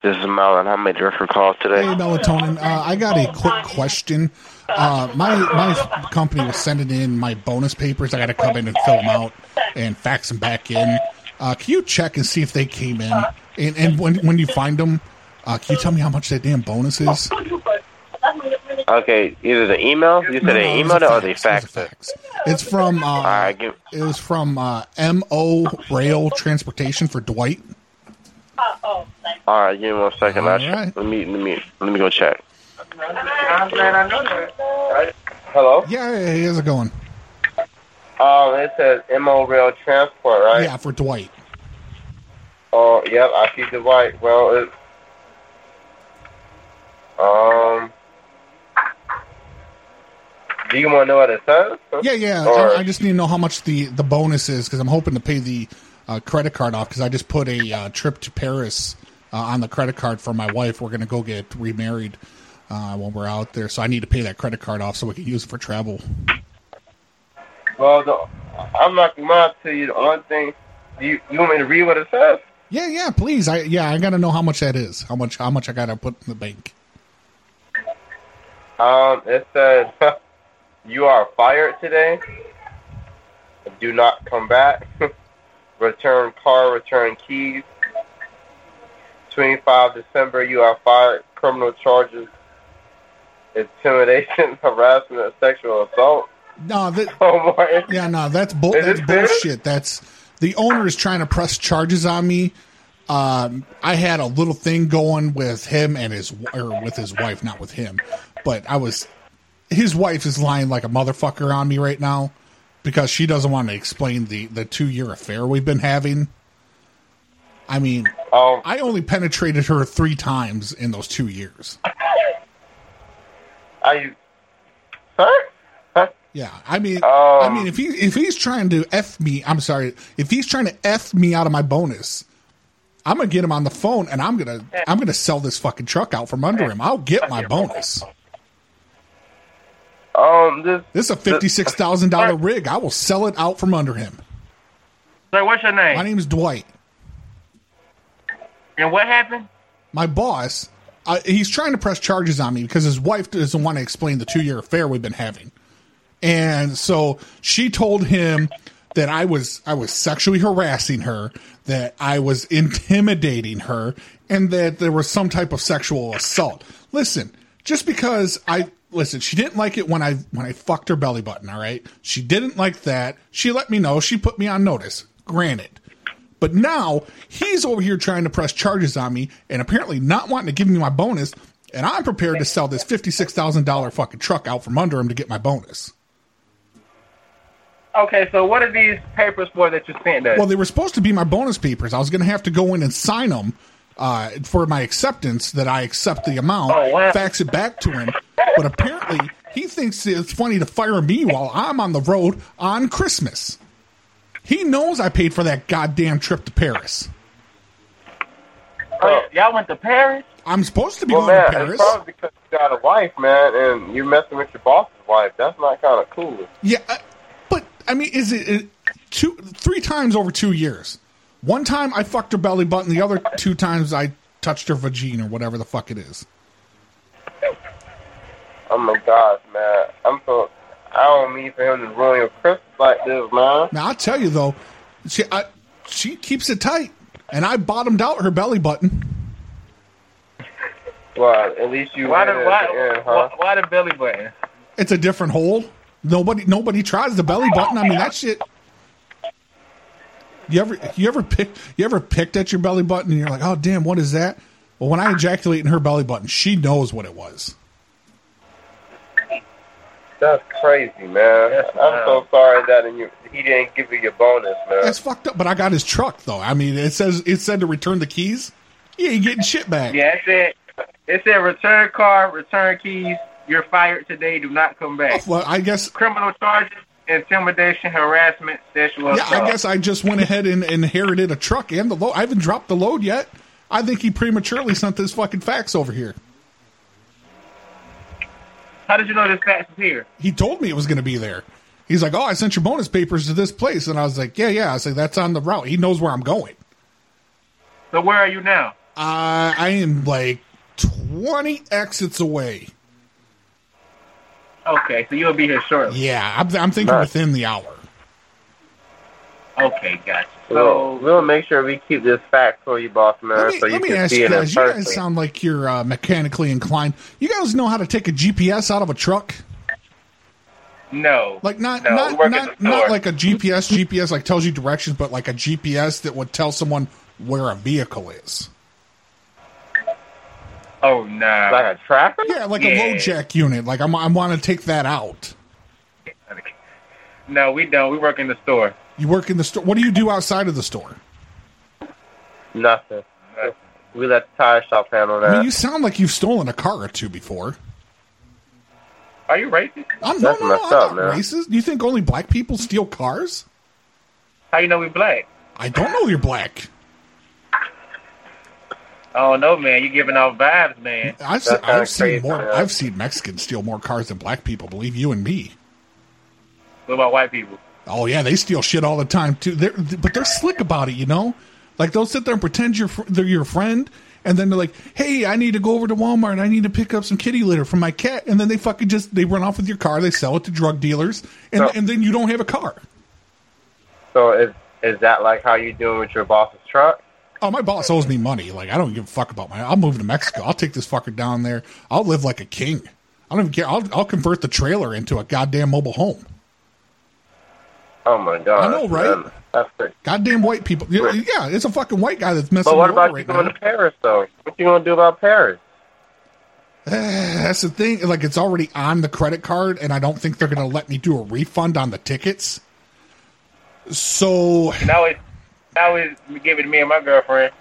Speaker 20: This is Malin. How many director calls
Speaker 9: Hey,
Speaker 20: today?
Speaker 9: melatonin. Uh, I got a quick question. Uh, my my company was sending in my bonus papers. I got to come in and fill them out and fax them back in. Uh, can you check and see if they came in? And, and when when you find them, uh, can you tell me how much that damn bonus is?
Speaker 20: Okay, either the email, you said
Speaker 9: No, no,
Speaker 20: they
Speaker 9: it was
Speaker 20: emailed
Speaker 9: a
Speaker 20: it or they faxed it.
Speaker 9: It's from uh,
Speaker 20: Alright, give-
Speaker 9: it was from uh, M O Rail Transportation for Dwight.
Speaker 20: All right, give me one second. I'll check.
Speaker 9: Alright.
Speaker 20: Let me let me let me go check.
Speaker 22: I'm glad I know that.
Speaker 20: Hello.
Speaker 9: Yeah, hey, how's it going?
Speaker 20: Um, it says Mo Rail Transport, right?
Speaker 9: Yeah, for Dwight.
Speaker 20: Oh, yep. I see the white. Well, it. Um. Do you want to know what it says?
Speaker 9: Yeah, yeah.
Speaker 20: Or-
Speaker 9: I, I just need to know how much the the bonus is because I'm hoping to pay the uh, credit card off because I just put a uh, trip to Paris uh, on the credit card for my wife. We're gonna go get remarried uh, when we're out there, so I need to pay that credit card off so we can use it for travel.
Speaker 20: Well, the, I'm not gonna lie to you. The only thing, do you, you want me to read what it says?
Speaker 9: Yeah, yeah. Please, I yeah, I gotta know how much that is. How much? How much I gotta put in the bank?
Speaker 20: Um, it says you are fired today. Do not come back. return car, return keys. 25 December, you are fired. Criminal charges: intimidation, harassment, and sexual assault.
Speaker 9: No, that,
Speaker 20: Oh boy.
Speaker 9: yeah, no, that's bull.
Speaker 20: Is
Speaker 9: That's
Speaker 20: it serious?
Speaker 9: bullshit. That's the owner is trying to press charges on me. Um, I had a little thing going with him and his or with his wife, not with him, but I was. His wife is lying like a motherfucker on me right now because she doesn't want to explain the the two year affair we've been having. I mean,
Speaker 20: Oh.
Speaker 9: I only penetrated her three times in those two years.
Speaker 20: Are you, sir?
Speaker 9: Yeah, I mean, I mean, if he if he's trying to f me, I'm sorry, if he's trying to f me out of my bonus, I'm gonna get him on the phone and I'm gonna I'm gonna sell this fucking truck out from under him. I'll get my bonus.
Speaker 20: Um, this
Speaker 9: this is a fifty six thousand dollar rig. I will sell it out from under him.
Speaker 20: So what's your name?
Speaker 9: My name's Dwight.
Speaker 20: And what happened?
Speaker 9: My boss, uh, he's trying to press charges on me because his wife doesn't want to explain the two year affair we've been having. and so she told him that I was I was sexually harassing her, that I was intimidating her, and that there was some type of sexual assault. Listen, just because I listen, she didn't like it when I when I fucked her belly button, all right? She didn't like that. She let me know, she put me on notice. Granted. But now he's over here trying to press charges on me and apparently not wanting to give me my bonus. And I'm prepared to sell this $56,000 fucking truck out from under him to get my bonus.
Speaker 20: Okay, so what are these papers for that you sent us?
Speaker 9: Well, they were supposed to be my bonus papers. I was going to have to go in and sign them uh, for my acceptance that I accept the amount,
Speaker 20: Oh,
Speaker 9: fax it back to him. But apparently, he thinks it's funny to fire me while I'm on the road on Christmas. He knows I paid for that goddamn trip to Paris.
Speaker 20: Oh, y'all went to Paris?
Speaker 9: I'm supposed to be
Speaker 20: well,
Speaker 9: going
Speaker 20: man,
Speaker 9: to Paris.
Speaker 20: It's probably because you got a wife, man, and you're messing with your boss's wife. That's not kind of cool.
Speaker 9: Yeah, I- but I mean, is it, it two, three times over two years? One time I fucked her belly button. The other two times I touched her vagina or whatever the fuck it is.
Speaker 20: Oh my gosh, man. I'm so. I don't mean for him to ruin your Christmas like this, man.
Speaker 9: Now I'll tell you though, she I, she keeps it tight, and I bottomed out her belly button.
Speaker 20: Well, at least you
Speaker 9: Why
Speaker 20: win
Speaker 9: the-
Speaker 20: at
Speaker 9: why-
Speaker 20: the end, huh?
Speaker 22: Why the belly button?
Speaker 9: It's a different hole. Nobody nobody tries the belly button. I mean that shit. You ever you ever pick you ever picked at your belly button and you're like, oh damn, what is that? Well, when I ejaculate in her belly button, she knows what it was.
Speaker 20: That's crazy, man. I'm so sorry that and you, he didn't give you your bonus, man.
Speaker 9: That's fucked up. But I got his truck though. I mean, it says it said to return the keys. You ain't getting shit back.
Speaker 20: Yeah, it said, it said return car, return keys. You're fired today. Do not come back.
Speaker 9: Well, I guess
Speaker 20: criminal charges, intimidation, harassment, sexual
Speaker 9: Yeah,
Speaker 20: assault.
Speaker 9: I guess I just went ahead and inherited a truck and the load. I haven't dropped the load yet. I think he prematurely sent this fucking fax over here.
Speaker 20: How did you know this fax was here?
Speaker 9: He told me it was going to be there. He's like, "Oh, I sent your bonus papers to this place," and I was like, "Yeah, yeah." I was like, "That's on the route. He knows where I'm going."
Speaker 20: So where are you now?
Speaker 9: Uh, I am like 20 exits away.
Speaker 20: Okay, so you'll be here shortly.
Speaker 9: Yeah, I'm, I'm thinking
Speaker 20: Nice.
Speaker 9: within the hour.
Speaker 20: Okay, gotcha. So we'll make sure we keep this fact for you, boss man,
Speaker 9: Let me,
Speaker 20: so you
Speaker 9: let me
Speaker 20: can
Speaker 9: ask
Speaker 20: see
Speaker 9: you
Speaker 20: it in
Speaker 9: guys. You
Speaker 20: person.
Speaker 9: guys sound like you're uh, mechanically inclined. You guys know how to take a GPS out of a truck?
Speaker 20: no,
Speaker 9: Like not
Speaker 20: no, we
Speaker 9: not
Speaker 20: work
Speaker 9: not,
Speaker 20: at the store.
Speaker 9: not like a GPS GPS like tells you directions, but like a GPS that would tell someone where a vehicle is.
Speaker 20: oh no, like a tracker.
Speaker 9: Yeah, like a low jack unit. Like I'm, I want to take that out.
Speaker 20: No, we don't. We work in the store.
Speaker 9: You work in the store. What do you do outside of the store?
Speaker 20: Nothing. We let the tire shop handle that.
Speaker 9: I mean, you sound like you've stolen a car or two before.
Speaker 20: Are you racist?
Speaker 9: I'm, no,
Speaker 20: That's
Speaker 9: no, no,
Speaker 20: messed
Speaker 9: I'm
Speaker 20: up,
Speaker 9: not
Speaker 20: man.
Speaker 9: racist. You think only black people steal cars?
Speaker 20: How you know we black?
Speaker 9: I don't know you're black.
Speaker 20: Oh no, man! You giving off vibes, man.
Speaker 9: I've, se-
Speaker 20: That's kinda
Speaker 9: I've seen
Speaker 20: crazy,
Speaker 9: more.
Speaker 20: man.
Speaker 9: I've seen Mexicans steal more cars than black people. Believe you and me.
Speaker 20: What about white people?
Speaker 9: Oh yeah, they steal shit all the time too. They're, th- but they're slick about it, you know. Like they'll sit there and pretend you're fr- they're your friend, and then they're like, "Hey, I need to go over to Walmart and I need to pick up some kitty litter for my cat," and then they fucking just they run off with your car. They sell it to drug dealers, and and then you don't have a car.
Speaker 20: So is is that like how you doing with your boss's truck?
Speaker 9: Oh, my boss owes me money. Like I don't give a fuck about my. I'll move to Mexico. I'll take this fucker down there. I'll live like a king. I don't even care. I'll, I'll convert the trailer into a goddamn mobile home.
Speaker 20: Oh my god!
Speaker 9: I know, right?
Speaker 20: man. That's crazy.
Speaker 9: Goddamn white people. Yeah, yeah, it's a fucking white guy that's messing
Speaker 20: But what
Speaker 9: me over
Speaker 20: about you
Speaker 9: right
Speaker 20: going
Speaker 9: now.
Speaker 20: to Paris though? What you gonna do about Paris?
Speaker 9: That's the thing. Like it's already on the credit card, and I don't think they're going to let me do a refund on the tickets. So
Speaker 20: Now it's now it's giving me and my girlfriend.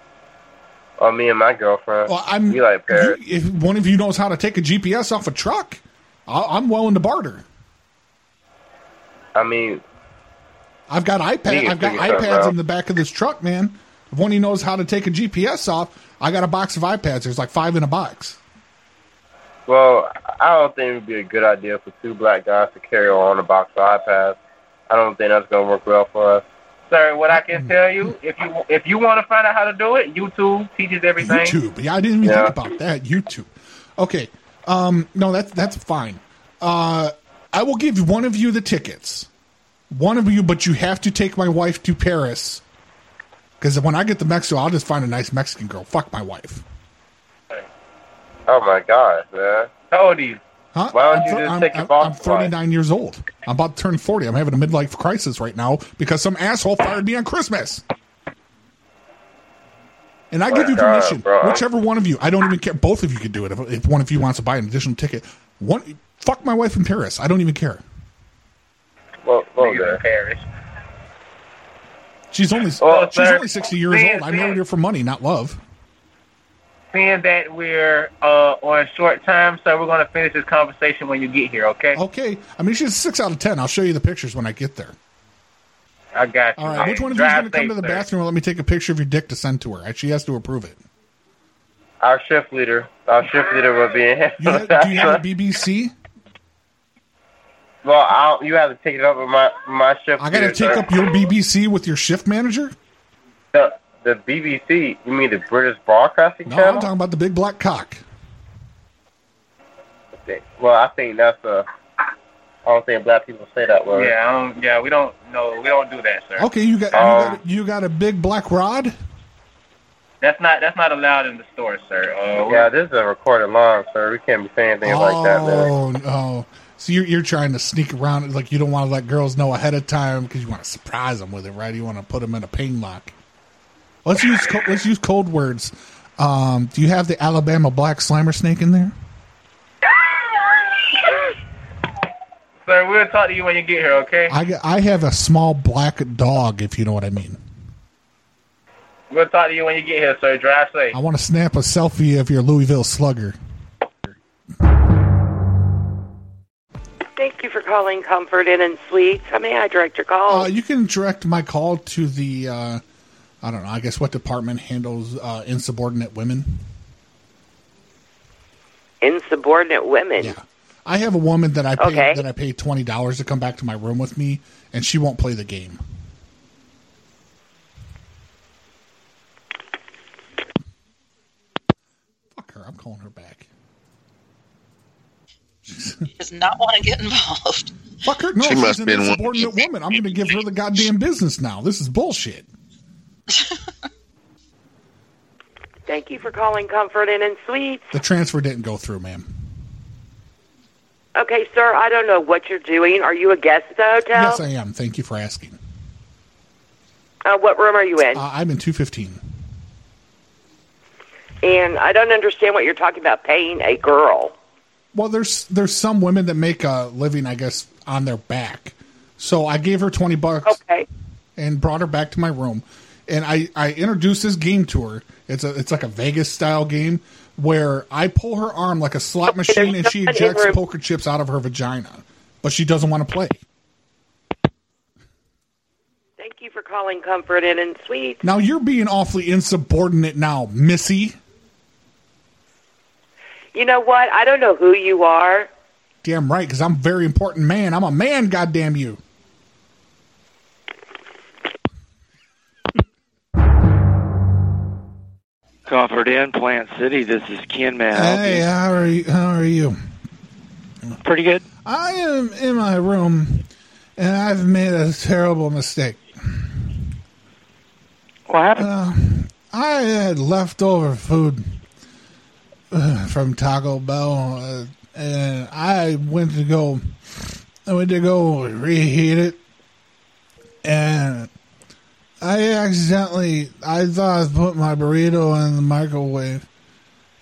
Speaker 20: Or Oh, me and my girlfriend.
Speaker 9: Well, I'm-
Speaker 20: we like Paris.
Speaker 9: if one of you knows how to take a GPS off a truck, I- I'm willing to barter.
Speaker 20: I mean,
Speaker 9: I've got iPad.
Speaker 20: Me, uh,
Speaker 9: I've got
Speaker 20: figure something
Speaker 9: iPads
Speaker 20: out.
Speaker 9: in the back of this truck, man. If one of you knows how to take a GPS off, I got a box of iPads. There's like five in a box.
Speaker 20: well, I don't think it would be a good idea for two black guys to carry on a box of iPads. I don't think that's gonna work well for us. Sir, what I can tell you, if you if you want to find out how to do it, YouTube teaches everything.
Speaker 9: YouTube. Yeah, I didn't even
Speaker 20: Yeah.
Speaker 9: think about that. YouTube. Okay. Um, no, that's that's fine. Uh, I will give one of you the tickets. One of you, but you have to take my wife to Paris. Because when I get to Mexico, I'll just find a nice Mexican girl. Fuck my wife.
Speaker 20: Oh my god, man! How old are you?
Speaker 9: Huh?
Speaker 20: Why don't
Speaker 9: I'm
Speaker 20: you
Speaker 9: th-
Speaker 20: just
Speaker 9: I'm-
Speaker 20: take your
Speaker 9: I'm-
Speaker 20: boss?
Speaker 9: I'm 39 years old. I'm about to turn 40. I'm having a midlife crisis right now because some asshole fired me on Christmas. And I
Speaker 20: Oh
Speaker 9: give you
Speaker 20: my God,
Speaker 9: permission.
Speaker 20: bro.
Speaker 9: Whichever one of you, I don't even care. Both of you could do it if, if one of you wants to buy an additional ticket. One, fuck my wife in Paris. I don't even care.
Speaker 20: Well, well, in Paris.
Speaker 9: She's only
Speaker 20: Oh,
Speaker 9: Uh, she's
Speaker 20: sir.
Speaker 9: only 60 years
Speaker 20: Man,
Speaker 9: old. I married her for money, not love.
Speaker 20: Seeing that we're uh, on short time, so we're going to finish this conversation when you get here, okay?
Speaker 9: Okay. I mean, she's a six out of 10. I'll show you the pictures when I get there.
Speaker 20: I got you.
Speaker 9: All right. Which one of you is going to come to the bathroom and let me take a picture of your dick to send to her? She has to approve it.
Speaker 20: Our shift leader, our shift leader will be in.
Speaker 9: You ha- do you have a BBC?
Speaker 20: well, I'll, you have to take it up with my my shift.
Speaker 9: I gotta
Speaker 20: leader,
Speaker 9: take
Speaker 20: sir.
Speaker 9: up your BBC with your shift manager.
Speaker 20: the, the BBC. You mean the British Broadcasting
Speaker 9: No, I'm
Speaker 20: Channel?
Speaker 9: talking about the big black cock.
Speaker 20: Well, I think that's a. I don't think black people say that word.
Speaker 9: Yeah,
Speaker 20: I don't, yeah, we don't. No, we don't do that, sir.
Speaker 9: Okay, you got
Speaker 20: Um,
Speaker 9: you got, you got a big black rod.
Speaker 20: That's not that's not allowed in the store, sir. Uh, yeah, this is a recorded line, sir. We can't be saying things like that, man.
Speaker 9: Oh no! So you're you're trying to sneak around like you don't want to let girls know ahead of time because you want to surprise them with it, right? You want to put them in a pain lock. Let's use co- let's use code words. Um, do you have the Alabama black slimer snake in there?
Speaker 20: Sir, we'll talk to you when you get here, okay?
Speaker 9: I, g- I have a small black dog, if you know what I mean.
Speaker 20: We'll talk to you when you get here, sir. Drive safe.
Speaker 9: I want to snap a selfie of your Louisville slugger.
Speaker 23: Thank you for calling Comfort Inn and Suites. How may I direct your call?
Speaker 9: Uh, you can direct my call to the, uh, I don't know, I guess what department handles uh, insubordinate women.
Speaker 23: Insubordinate women.
Speaker 9: I have a woman that I pay,
Speaker 23: Okay.
Speaker 9: that I pay twenty dollars to come back to my room with me, and she won't play the game. Fuck her! I'm calling her back.
Speaker 16: He does not want to get involved.
Speaker 9: Fuck her! No,
Speaker 16: She
Speaker 9: she's
Speaker 16: must
Speaker 9: an
Speaker 16: be in one-
Speaker 9: insubordinate woman. I'm going to give her the goddamn business now. This is bullshit.
Speaker 23: Thank you for calling Comfort Inn and Suites.
Speaker 9: The transfer didn't go through, ma'am.
Speaker 23: Okay, sir, I don't know what you're doing. Are you a guest at the hotel?
Speaker 9: Yes, I am. Thank you for asking.
Speaker 23: Uh, what room are you in?
Speaker 9: Uh, I'm in two fifteen.
Speaker 23: and I don't understand what you're talking about paying a girl.
Speaker 9: Well, there's there's some women that make a living, I guess, on their back. So I gave her twenty bucks, and brought her back to my room, and I I introduced this game to her. It's a it's like a Vegas style game where I pull her arm like a slot machine, and she
Speaker 23: someone in
Speaker 9: ejects
Speaker 23: room-
Speaker 9: poker chips out of her vagina, but she doesn't want to play.
Speaker 23: Thank you for calling Comfort Inn and Suites.
Speaker 9: Now you're being awfully insubordinate, now, Missy.
Speaker 23: You know what? I don't know who you are.
Speaker 9: Damn right, because I'm a very important man. I'm a man, goddamn you.
Speaker 5: Comfort Inn, Plant City. This is Ken. May I help
Speaker 9: Hey,
Speaker 5: you?
Speaker 9: how are you? How are you?
Speaker 5: Pretty good.
Speaker 9: I am in my room, and I've made a terrible mistake. Uh,
Speaker 5: What happened?
Speaker 9: I had leftover food uh, from Taco Bell, uh, and I went to go. I went to go reheat it, and I accidentally. I thought I put my burrito in the microwave,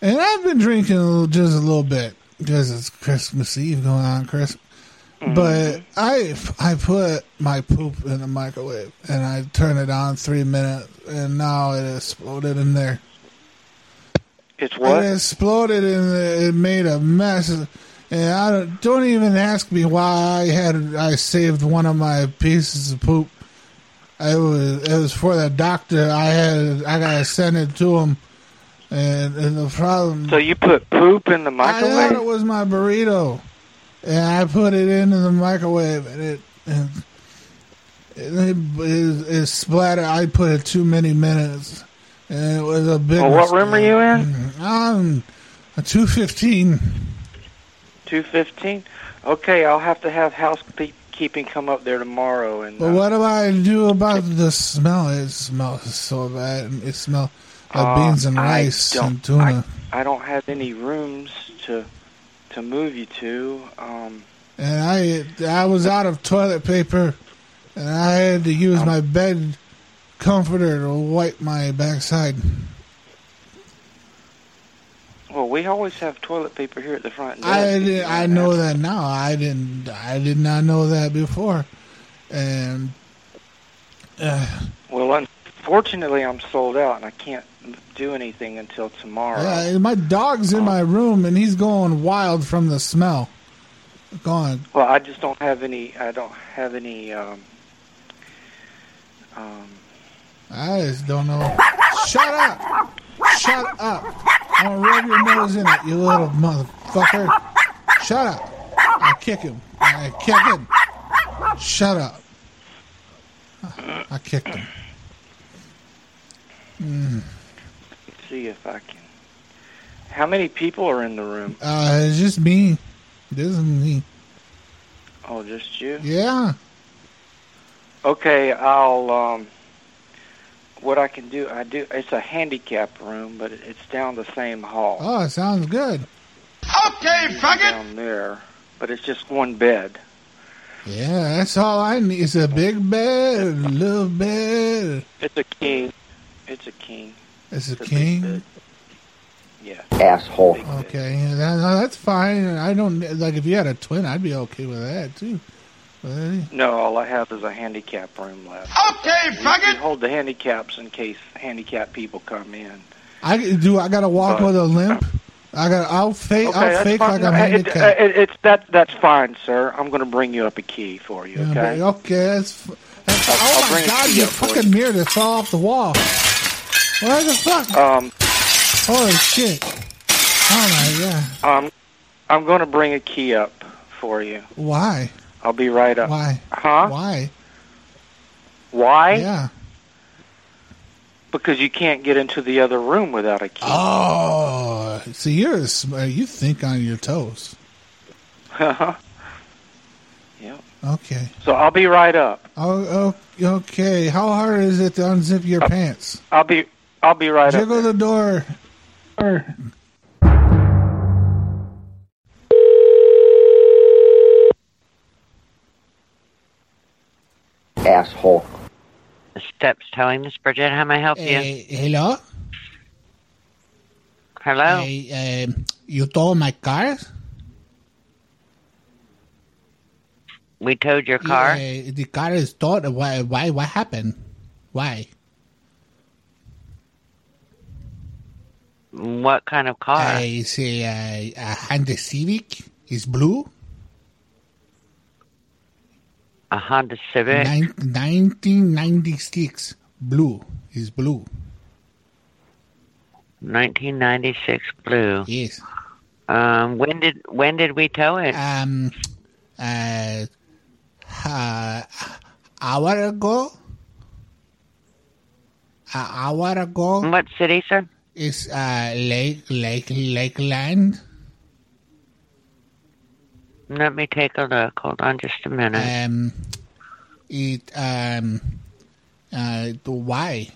Speaker 9: and I've been drinking a little, just a little bit because it's Christmas Eve going on Christmas. But I I put my poop in the microwave and I turned it on three minutes and now it exploded in there.
Speaker 5: It's what?
Speaker 9: It exploded and it made a mess. And I don't, don't even ask me why I had I saved one of my pieces of poop. It was it was for the doctor. I had I gotta send it to him. And, and the problem
Speaker 5: So you put poop in the
Speaker 9: I thought
Speaker 5: microwave?
Speaker 9: it was my burrito, and I put it into the microwave, and it and it, it, it splattered. I put it too many minutes, and it was a big.
Speaker 5: Well, what room are you
Speaker 9: in? I'm a two fifteen.
Speaker 5: Two fifteen. Okay, I'll have to have housekeeping come up there tomorrow. And
Speaker 9: But
Speaker 5: uh,
Speaker 9: what do I do about the smell? It smells so bad. It smells like
Speaker 5: Uh,
Speaker 9: beans and
Speaker 5: I
Speaker 9: rice
Speaker 5: don't-
Speaker 9: and tuna.
Speaker 5: I don't have any rooms to to move you to. Um,
Speaker 9: and I I was out of toilet paper, and I had to use my bed comforter to wipe my backside.
Speaker 5: well, we always have toilet paper here at the front desk.
Speaker 9: I did, I know that now. I didn't. I did not know that before, and uh,
Speaker 5: Well, unfortunately, I'm sold out and I can't do anything until tomorrow.
Speaker 9: yeah, and my dog's in my room and he's going wild from the smell. Going.
Speaker 5: Well, I just don't have any. I don't have any. Um, um,
Speaker 9: I just don't know. Shut up! Shut up! I'll rub your nose in it, you little motherfucker. Shut up! I kick him. I kick him. Shut up. I kicked him. Mm.
Speaker 5: see if I can. How many people are in the room?
Speaker 9: Uh, it's just me. This is me.
Speaker 5: Oh, just you.
Speaker 9: Yeah.
Speaker 5: Okay, I'll. Um, what I can do, I do. It's a handicap room, but it- it's down the same hall
Speaker 9: Oh, it sounds good.
Speaker 5: okay, down there. But it's just one bed.
Speaker 9: Yeah, that's all I need. It's a big bed, a little bed.
Speaker 5: It's a king. It's a king.
Speaker 9: It's a king.
Speaker 5: Yeah.
Speaker 9: Asshole. Okay, yeah, that, no, that's fine. I don't like if you had a twin, I'd be okay with that too.
Speaker 10: Eh,
Speaker 5: No, all I have is a handicap room left.
Speaker 13: Okay,
Speaker 5: fucking. Hold the handicaps in case handicapped people come in.
Speaker 10: I do. I gotta walk
Speaker 5: But-
Speaker 10: with a limp. I got. to I'll fake.
Speaker 5: Okay,
Speaker 10: I'll
Speaker 5: that's
Speaker 10: fake
Speaker 5: fine.
Speaker 10: like I'm
Speaker 5: Uh, it-
Speaker 10: handicapped.
Speaker 5: uh, it- it's that. That's fine, sir. I'm going to bring you up a key for you.
Speaker 10: Yeah,
Speaker 5: Okay.
Speaker 10: but- okay, that's. f- that's
Speaker 5: I'll- I'll
Speaker 10: oh
Speaker 5: bring
Speaker 10: my
Speaker 5: it
Speaker 10: god,
Speaker 5: to
Speaker 10: your
Speaker 5: you,
Speaker 10: fucking mirror that fell off the wall. What the fuck?
Speaker 5: Um,
Speaker 10: Holy shit. Oh my god.
Speaker 5: um, I'm going to bring a key up for you.
Speaker 10: Why?
Speaker 5: I'll be right up.
Speaker 10: Why?
Speaker 5: Huh?
Speaker 10: Why?
Speaker 5: Why?
Speaker 10: Yeah.
Speaker 5: Because you can't get into the other room without a key.
Speaker 10: Oh, see, you're a sm- uh, you think on your toes.
Speaker 5: yeah.
Speaker 10: Okay.
Speaker 5: So I'll be right up.
Speaker 10: Oh, oh, okay. How hard is it to unzip
Speaker 5: Uh,
Speaker 10: your pants?
Speaker 5: I'll be. I'll be right up.
Speaker 10: Jiggle the door. Or-
Speaker 24: Asshole. Steps towing, Miss Bridget. How may I help you?
Speaker 10: Hey, hello.
Speaker 24: Hello.
Speaker 10: Hey, um, you told my car.
Speaker 24: we towed your car.
Speaker 10: Yeah, the car is towed. Why? Why? What happened? Why?
Speaker 24: What kind of car?
Speaker 10: I say uh, a Honda Civic is blue.
Speaker 24: A Honda Civic.
Speaker 10: Nin- 1996 blue is blue.
Speaker 24: 1996 blue.
Speaker 10: Yes.
Speaker 24: Um, when did when did we tow it?
Speaker 10: Um, uh, uh, hour ago. An hour ago.
Speaker 24: What city, sir?
Speaker 10: It's uh, Lake Lake Lakeland.
Speaker 24: Let me take a look. Hold on, just a minute.
Speaker 10: Um, it um, uh, the why?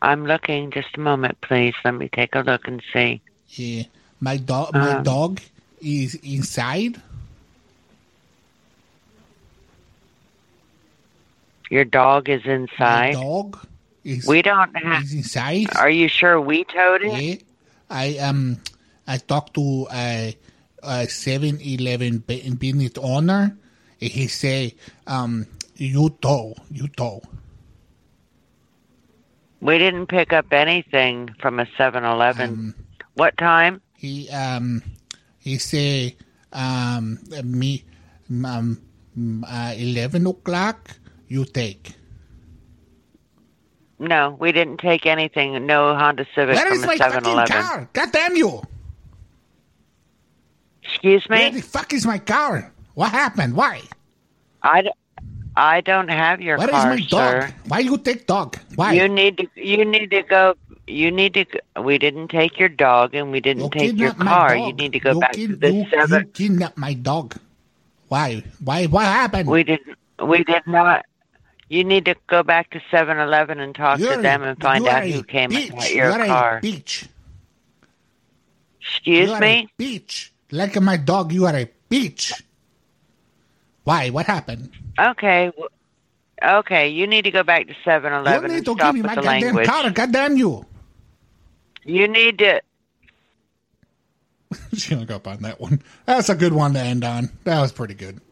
Speaker 24: I'm looking. Just a moment, please. Let me take a look and see.
Speaker 10: Yeah, my dog. My
Speaker 24: Um,
Speaker 10: dog is inside.
Speaker 24: Your dog is inside.
Speaker 10: dog is.
Speaker 24: We don't have.
Speaker 10: Is inside.
Speaker 24: Are you sure we towed it?
Speaker 10: Yeah, I um, I talked to a a Seven Eleven business owner. and He say, um, you tow, you tow.
Speaker 24: We didn't pick up anything from a 7-Eleven.
Speaker 10: Um,
Speaker 24: what time?
Speaker 10: He um, he say, um, me, um, uh, eleven o'clock. You take.
Speaker 24: No, we didn't take anything. No Honda Civic
Speaker 10: Where
Speaker 24: from
Speaker 10: is
Speaker 24: a
Speaker 10: my fucking
Speaker 24: 7-Eleven.
Speaker 10: car? God damn you!
Speaker 24: Excuse me?
Speaker 10: Where the fuck is my car? What happened? Why?
Speaker 24: I, d- I don't have your
Speaker 10: Where is
Speaker 24: car,
Speaker 10: my dog?
Speaker 24: sir.
Speaker 10: Why you take dog? Why?
Speaker 24: You need to. You need to go. You need to. g- We didn't take your dog, and we didn't take your
Speaker 10: kidnapped my
Speaker 24: car.
Speaker 10: dog.
Speaker 24: You need to go back to
Speaker 10: kid-
Speaker 24: the
Speaker 10: you,
Speaker 24: seven.
Speaker 10: you kidnapped my dog. Why? Why? What happened?
Speaker 24: We didn't. We did not. You need to go back to 7-Eleven and talk
Speaker 10: You're-
Speaker 24: to them and find
Speaker 10: you are
Speaker 24: out
Speaker 10: a
Speaker 24: who came and got
Speaker 10: bitch.
Speaker 24: your
Speaker 10: You're a
Speaker 24: car.
Speaker 10: bitch.
Speaker 24: Excuse
Speaker 10: You are
Speaker 24: me.
Speaker 10: a bitch. Like my dog, you are a bitch. Why? What happened?
Speaker 24: Okay. w- Okay, you need to go back to 7-Eleven
Speaker 10: you
Speaker 24: and
Speaker 10: need to give
Speaker 24: stop
Speaker 10: me
Speaker 24: with
Speaker 10: my
Speaker 24: the
Speaker 10: goddamn
Speaker 24: language.
Speaker 10: car. Goddamn you.
Speaker 24: You need to.
Speaker 10: she hung up on that one. That's a good one to end on. That was pretty good.